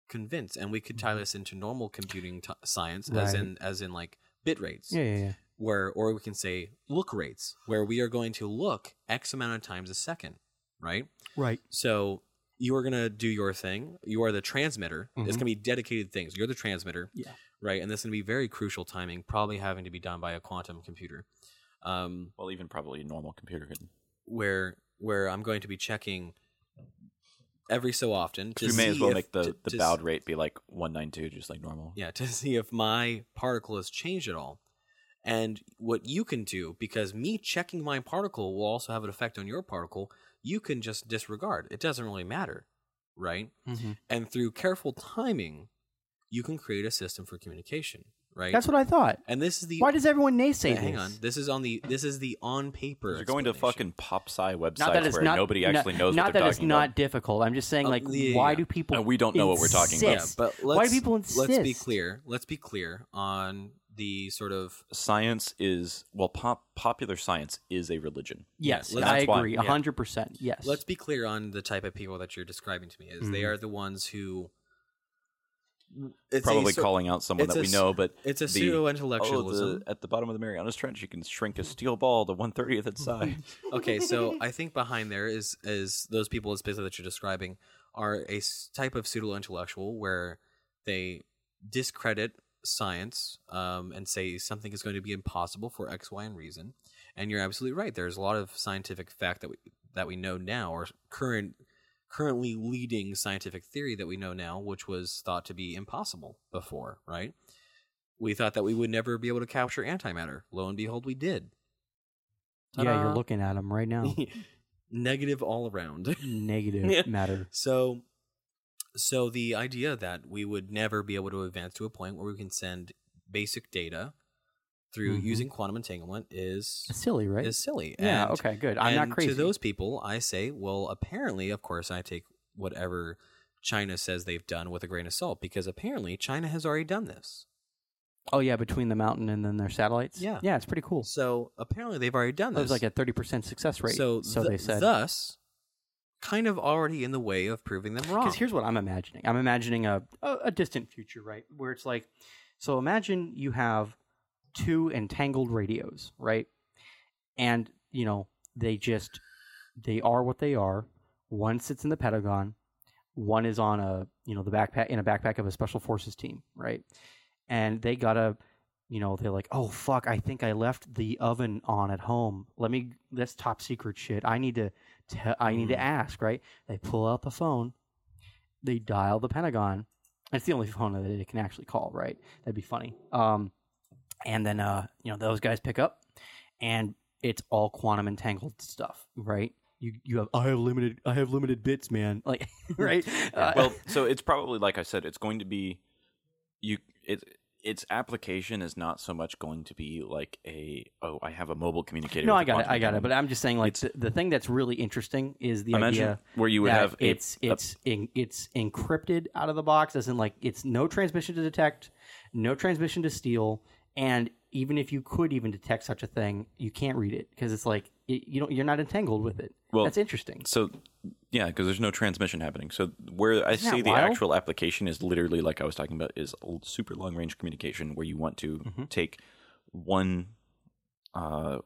S1: convinced, and we could tie this into normal computing t- science, as
S3: Mm-hmm. Right.
S1: in as in like bit rates,
S3: Yeah, yeah, yeah.
S1: where or we can say look rates, where we are going to look x amount of times a second, right?
S3: Right.
S1: So you are gonna do your thing. You are the transmitter.
S3: Mhm.
S1: It's gonna be dedicated things. You're the transmitter,
S3: Yeah.
S1: right? And this is gonna be very crucial timing, probably having to be done by a quantum computer. Um,
S2: Well, even probably a normal computer could.
S1: where where I'm going to be checking every so often. To
S2: We may as
S1: see
S2: well
S1: if-
S2: make the,
S1: to-
S2: the
S1: to s-
S2: bowed rate be like 192, just like normal.
S1: Yeah, to *laughs* see if my particle has changed at all. And what you can do, because me checking my particle will also have an effect on your particle, you can just disregard. It doesn't really matter, right?
S3: Mm-hmm.
S1: And through careful timing, you can create a system for communication, right?
S3: That's what I thought.
S1: and this is the
S3: Why does everyone
S1: Hey,
S3: naysay this?
S1: hang on. This is on the this is the on paper.
S2: You're going to
S1: explanation.
S2: fucking pop sci websites
S3: Not that it's
S2: where
S3: not
S2: nobody actually
S3: not,
S2: knows
S3: Not
S2: what they're
S3: that it's
S2: talking
S3: not
S2: about.
S3: diffically. I'm just saying,
S1: Uh,
S3: like,
S1: yeah,
S3: why
S1: yeah.
S3: do people?
S2: And we don't know what we're talking about.
S1: Yeah,
S3: insist?
S1: but let's,
S3: Why do people
S1: Let's be
S3: insist?
S1: clear. Let's be clear on the sort of
S2: Science is well, pop, popular science is a religion.
S3: Yes,
S1: Yeah, let's-
S3: I
S2: that's why-
S3: agree,
S1: yeah.
S3: hundred percent. Yes,
S1: let's be clear on the type of people that you're describing to me is they
S3: Mhm.
S1: are the ones who it's a
S2: probably
S1: sor-
S2: calling out someone
S1: it's
S2: that
S1: a
S2: we
S1: s-
S2: know, but
S1: it's a
S2: the-
S1: pseudo
S2: Oh,
S1: intellectualism.
S2: the, at the bottom of the Marianas Trench, you can shrink a steel ball to one thirtieth
S5: Mm.
S2: its size.
S5: *laughs*
S1: okay, so I think behind there is is those people is basically that you're describing are a s- type of pseudo intellectual where they discredit science um, and say something is going to be impossible for X, Y, and reason. And you're absolutely right. There's a lot of scientific fact that we that we know now, or current currently leading scientific theory that we know now, which was thought to be impossible before, right? We thought that we would never be able to capture antimatter. Lo and behold, we did.
S3: yeah,
S1: Ta-da.
S3: you're looking at them
S1: *laughs*
S3: right now.
S1: negative all around. *laughs*
S3: Negative
S1: Yeah.
S3: matter.
S1: So, so the idea that we would never be able to advance to a point where we can send basic data through
S3: Mhm.
S1: using quantum entanglement is
S3: It's silly, right?
S1: is silly.
S3: yeah.
S1: And-
S3: okay. Good. I'm
S1: and
S3: not crazy.
S1: To those people, I say, well, apparently, of course, I take whatever China says they've done with a grain of salt because apparently China has already done this.
S3: oh yeah, between the mountain and then their satellites.
S1: Yeah.
S3: Yeah, it's pretty cool.
S1: So apparently they've already done
S3: It
S1: this.
S3: was like a thirty percent success rate.
S1: so
S3: so
S1: th-
S3: they said.
S1: thus kind of already in the way of proving them wrong.
S3: Because here's what I'm imagining. I'm imagining a, a a distant future, right? Where it's like, so imagine you have two entangled radios, right? And you know they just they are what they are. One sits in the Pentagon. One is on a you know the backpack in a backpack of a special forces team, right? And they gotta you know they're like, oh fuck, I think I left the oven on at home. Let me that's top secret shit. I need to te- I need to ask, right? They pull out the phone they dial the Pentagon. It's the only phone that they can actually call, right? That'd be funny. Um, and then uh, you know those guys pick up, and it's all quantum entangled stuff, right? You you have I have limited I have limited bits, man. *laughs* Like right? Uh,
S2: well, so it's probably like I said, it's going to be you. It its application is not so much going to be like a oh I have a mobile communicator.
S5: No,
S2: with
S5: I
S2: a
S5: got it.
S2: quantum
S5: I got it.
S2: mechanic."
S5: But I'm just saying, like the, the thing that's really interesting is the
S2: imagine
S5: idea
S2: where you would
S5: that
S2: have a-
S5: it's
S2: a-
S5: it's in, it's encrypted out of the box, as in like it's no transmission to detect, no transmission to steal, and even if you could even detect such a thing, you can't read it because it's like it, you don't you're not entangled with it.
S2: Well,
S5: that's interesting.
S2: So yeah, because there's no transmission happening. So where I
S5: Isn't
S2: see
S5: that
S2: the
S5: wild?
S2: actual application is literally like I was talking about is l- super long range communication where you want to
S5: Mm-hmm.
S2: take one uh,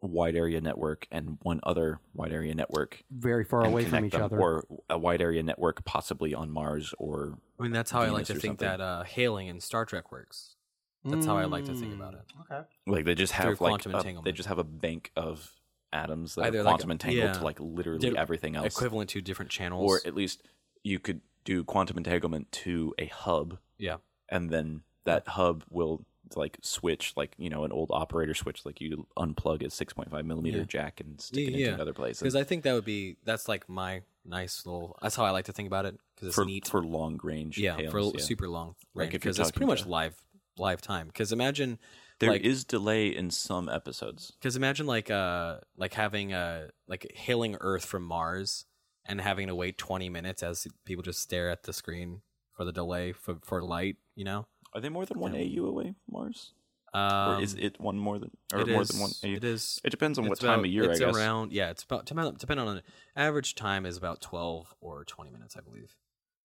S2: wide area network and one other wide area network
S5: Very far
S2: and
S5: away from
S2: connect
S5: each
S2: them,
S5: other.
S2: or a wide area network possibly on Mars or
S1: I mean, that's how I like
S2: Venus
S1: to
S2: or
S1: think
S2: something.
S1: that uh, hailing in Star Trek works. That's how I like to think about it.
S2: Mm.
S5: Okay.
S2: like they just have
S1: Through
S2: like
S1: quantum
S2: a,
S1: entanglement.
S2: they just have a bank of atoms that
S1: Either
S2: are
S1: like a-
S2: quantum entangled
S1: yeah.
S2: to like literally
S1: They're
S2: everything else.
S1: Equivalent to different channels.
S2: or at least you could do quantum entanglement to a hub
S1: yeah.
S2: and then that hub will like switch like you know an old operator switch like you unplug a 6.5 millimeter
S1: Yeah.
S2: jack and stick
S1: Yeah,
S2: it into
S1: yeah.
S2: another place
S1: Because I think that would be, that's like my nice little, that's how I like to think about it. Because it's
S2: for,
S1: neat.
S2: for long range
S1: yeah,
S2: hails,
S1: for l-
S2: yeah.
S1: super long
S2: Like
S1: range.
S2: if you're
S1: Because it's pretty
S2: talking
S1: much
S2: to-
S1: live, live time. Because imagine
S2: There
S1: like-
S2: is delay in some episodes
S1: Because imagine like uh like having uh like hailing Earth from Mars and having to wait twenty minutes as people just stare at the screen for the delay for, for light, you know.
S2: are they more than one au away mars
S1: Um,
S2: or is it one more than or
S1: it
S2: more
S1: is-
S2: than one au
S1: It is.
S2: it depends on what
S1: it's
S2: time
S1: about-
S2: of year i
S1: It's
S2: guess
S1: around yeah. It's about depend- depending on average time is about twelve or twenty minutes, I believe,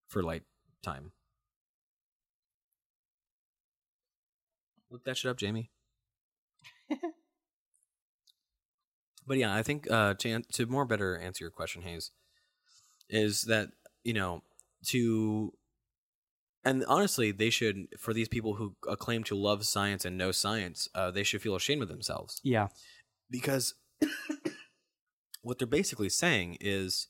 S1: for light time. Look that shit up, Jamie. but yeah, I think uh, to an- to more better answer your question, Hayes, is that you know to and honestly, they should for these people who uh, claim to love science and know science, uh, they should feel ashamed of themselves
S5: Mm. Yeah.
S1: because what they're basically saying is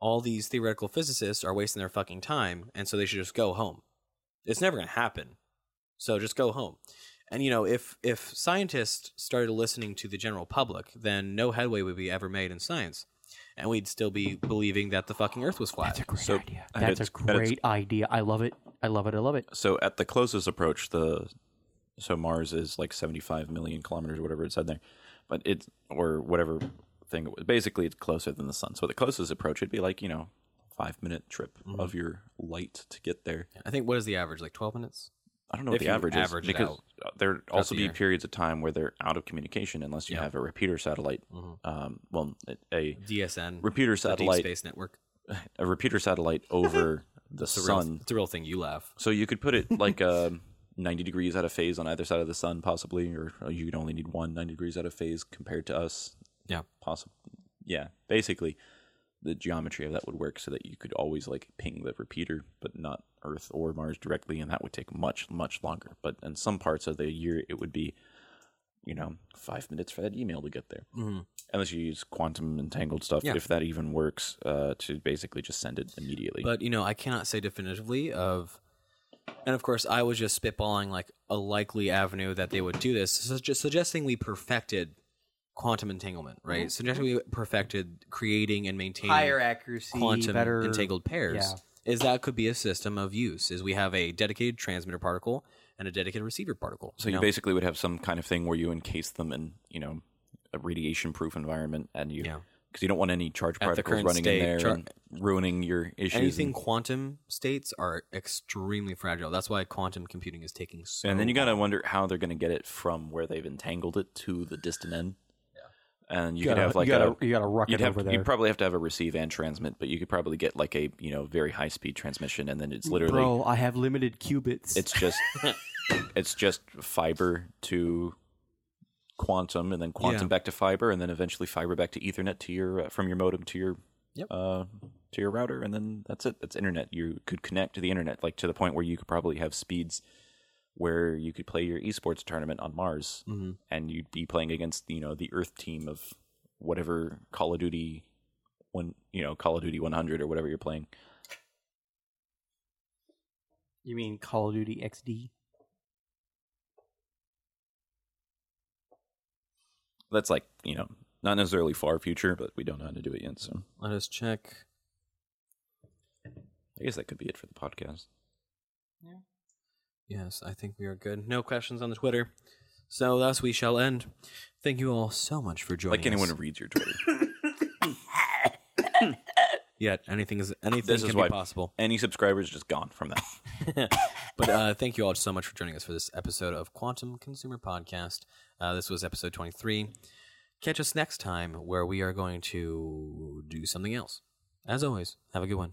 S1: all these theoretical physicists are wasting their fucking time and so they should just go home it's never going to happen so just go home and you know if if scientists started listening to the general public then no headway would be ever made in science and we'd still be believing that the fucking earth was flat
S5: That's a great
S2: So-
S5: idea.
S2: and
S5: That's a
S2: it's- and it's-
S5: great idea. I love it. I love it. I love it.
S2: so at the closest approach the so mars is like 75 million kilometers or whatever it said there but it's or whatever thing it was basically it's closer than the sun so the closest approach it'd be like you know five minute trip
S1: Mm-hmm.
S2: of your light to get there
S1: i think what is the average like 12 minutes
S2: i don't know what
S1: If
S2: the
S1: you
S2: average is
S1: average it
S2: because
S1: out
S2: there also
S1: the
S2: be
S1: year.
S2: periods of time where they're out of communication unless you
S1: Yeah.
S2: have a repeater satellite um, well a
S1: dsn
S2: repeater
S1: the deep
S2: satellite
S1: space network
S2: a repeater satellite
S1: *laughs*
S2: over the
S1: it's a, real,
S2: sun
S1: it's a real thing you laugh
S2: so you could put it like um 90 degrees out of phase on either side of the sun, possibly, or you could only need one 90 degrees out of phase compared to us.
S1: Yeah.
S2: Possible. Yeah. Basically, the geometry of that would work so that you could always like ping the repeater, but not Earth or Mars directly, and that would take much, much longer. But in some parts of the year, it would be, you know, five minutes for that email to get there.
S1: Mhm.
S2: Unless you use quantum entangled stuff,
S1: Yeah.
S2: if that even works, uh, to basically just send it immediately.
S1: But you know, I cannot say definitively of. And of course, I was just spitballing like a likely avenue that they would do this, su- just suggesting we perfected quantum entanglement, right? Suggesting we perfected creating and maintaining
S5: accuracy,
S1: quantum entangled pairs. Is that could be a system of use? Is we have a dedicated transmitter particle and a dedicated receiver particle.
S2: So you basically would have some kind of thing where you encase them in, you know, a radiation-proof environment, and you because
S1: Yeah.
S2: you don't want any charge
S1: the
S2: particles
S1: current
S2: running
S1: state,
S2: in there
S1: char-
S2: and ruining your issues.
S1: anything
S2: and,
S1: quantum states are extremely fragile. That's why quantum computing is taking so.
S2: and then you gotta wonder how they're gonna get it from where they've entangled it to the distant end. And you,
S5: You
S2: could
S5: gotta-
S2: have like
S5: you gotta-
S2: a,
S5: you gotta ruck
S2: you'd
S5: it
S2: have,
S5: over there.
S2: You'd probably have to have a receive and transmit, but you could probably get like a you know very high speed transmission, and then it's literally
S5: Bro, I have limited qubits.
S2: it's just
S1: *laughs*
S2: it's just fiber to quantum and then quantum
S1: Yeah.
S2: back to fiber and then eventually fiber back to ethernet to your uh, from your modem to your
S1: Yep.
S2: uh, to your router and then that's it that's internet you could connect to the internet like to the point where you could probably have speeds where you could play your esports tournament on mars
S1: Mm-hmm.
S2: and you'd be playing against you know the earth team of whatever call of duty one you know call of duty 100 or whatever you're playing
S5: you mean Call of Duty XD?
S2: that's like you know not necessarily far future but we don't know how to do it yet so
S1: Let us check.
S2: I guess that could be it for the podcast.
S1: Yes, I think we are good. No questions on the Twitter. So thus we shall end. Thank you all so much for joining
S2: Like anyone
S1: us.
S2: who reads
S1: *laughs*
S2: your Twitter.
S1: Yeah, anything is anything
S2: this
S1: can
S2: is why
S1: be possible.
S2: Any subscribers just gone from that.
S1: But uh, thank you all so much for joining us for this episode of Quantum Consumer Podcast. Uh, this was episode 23. Catch us next time where we are going to do something else. As always, have a good one.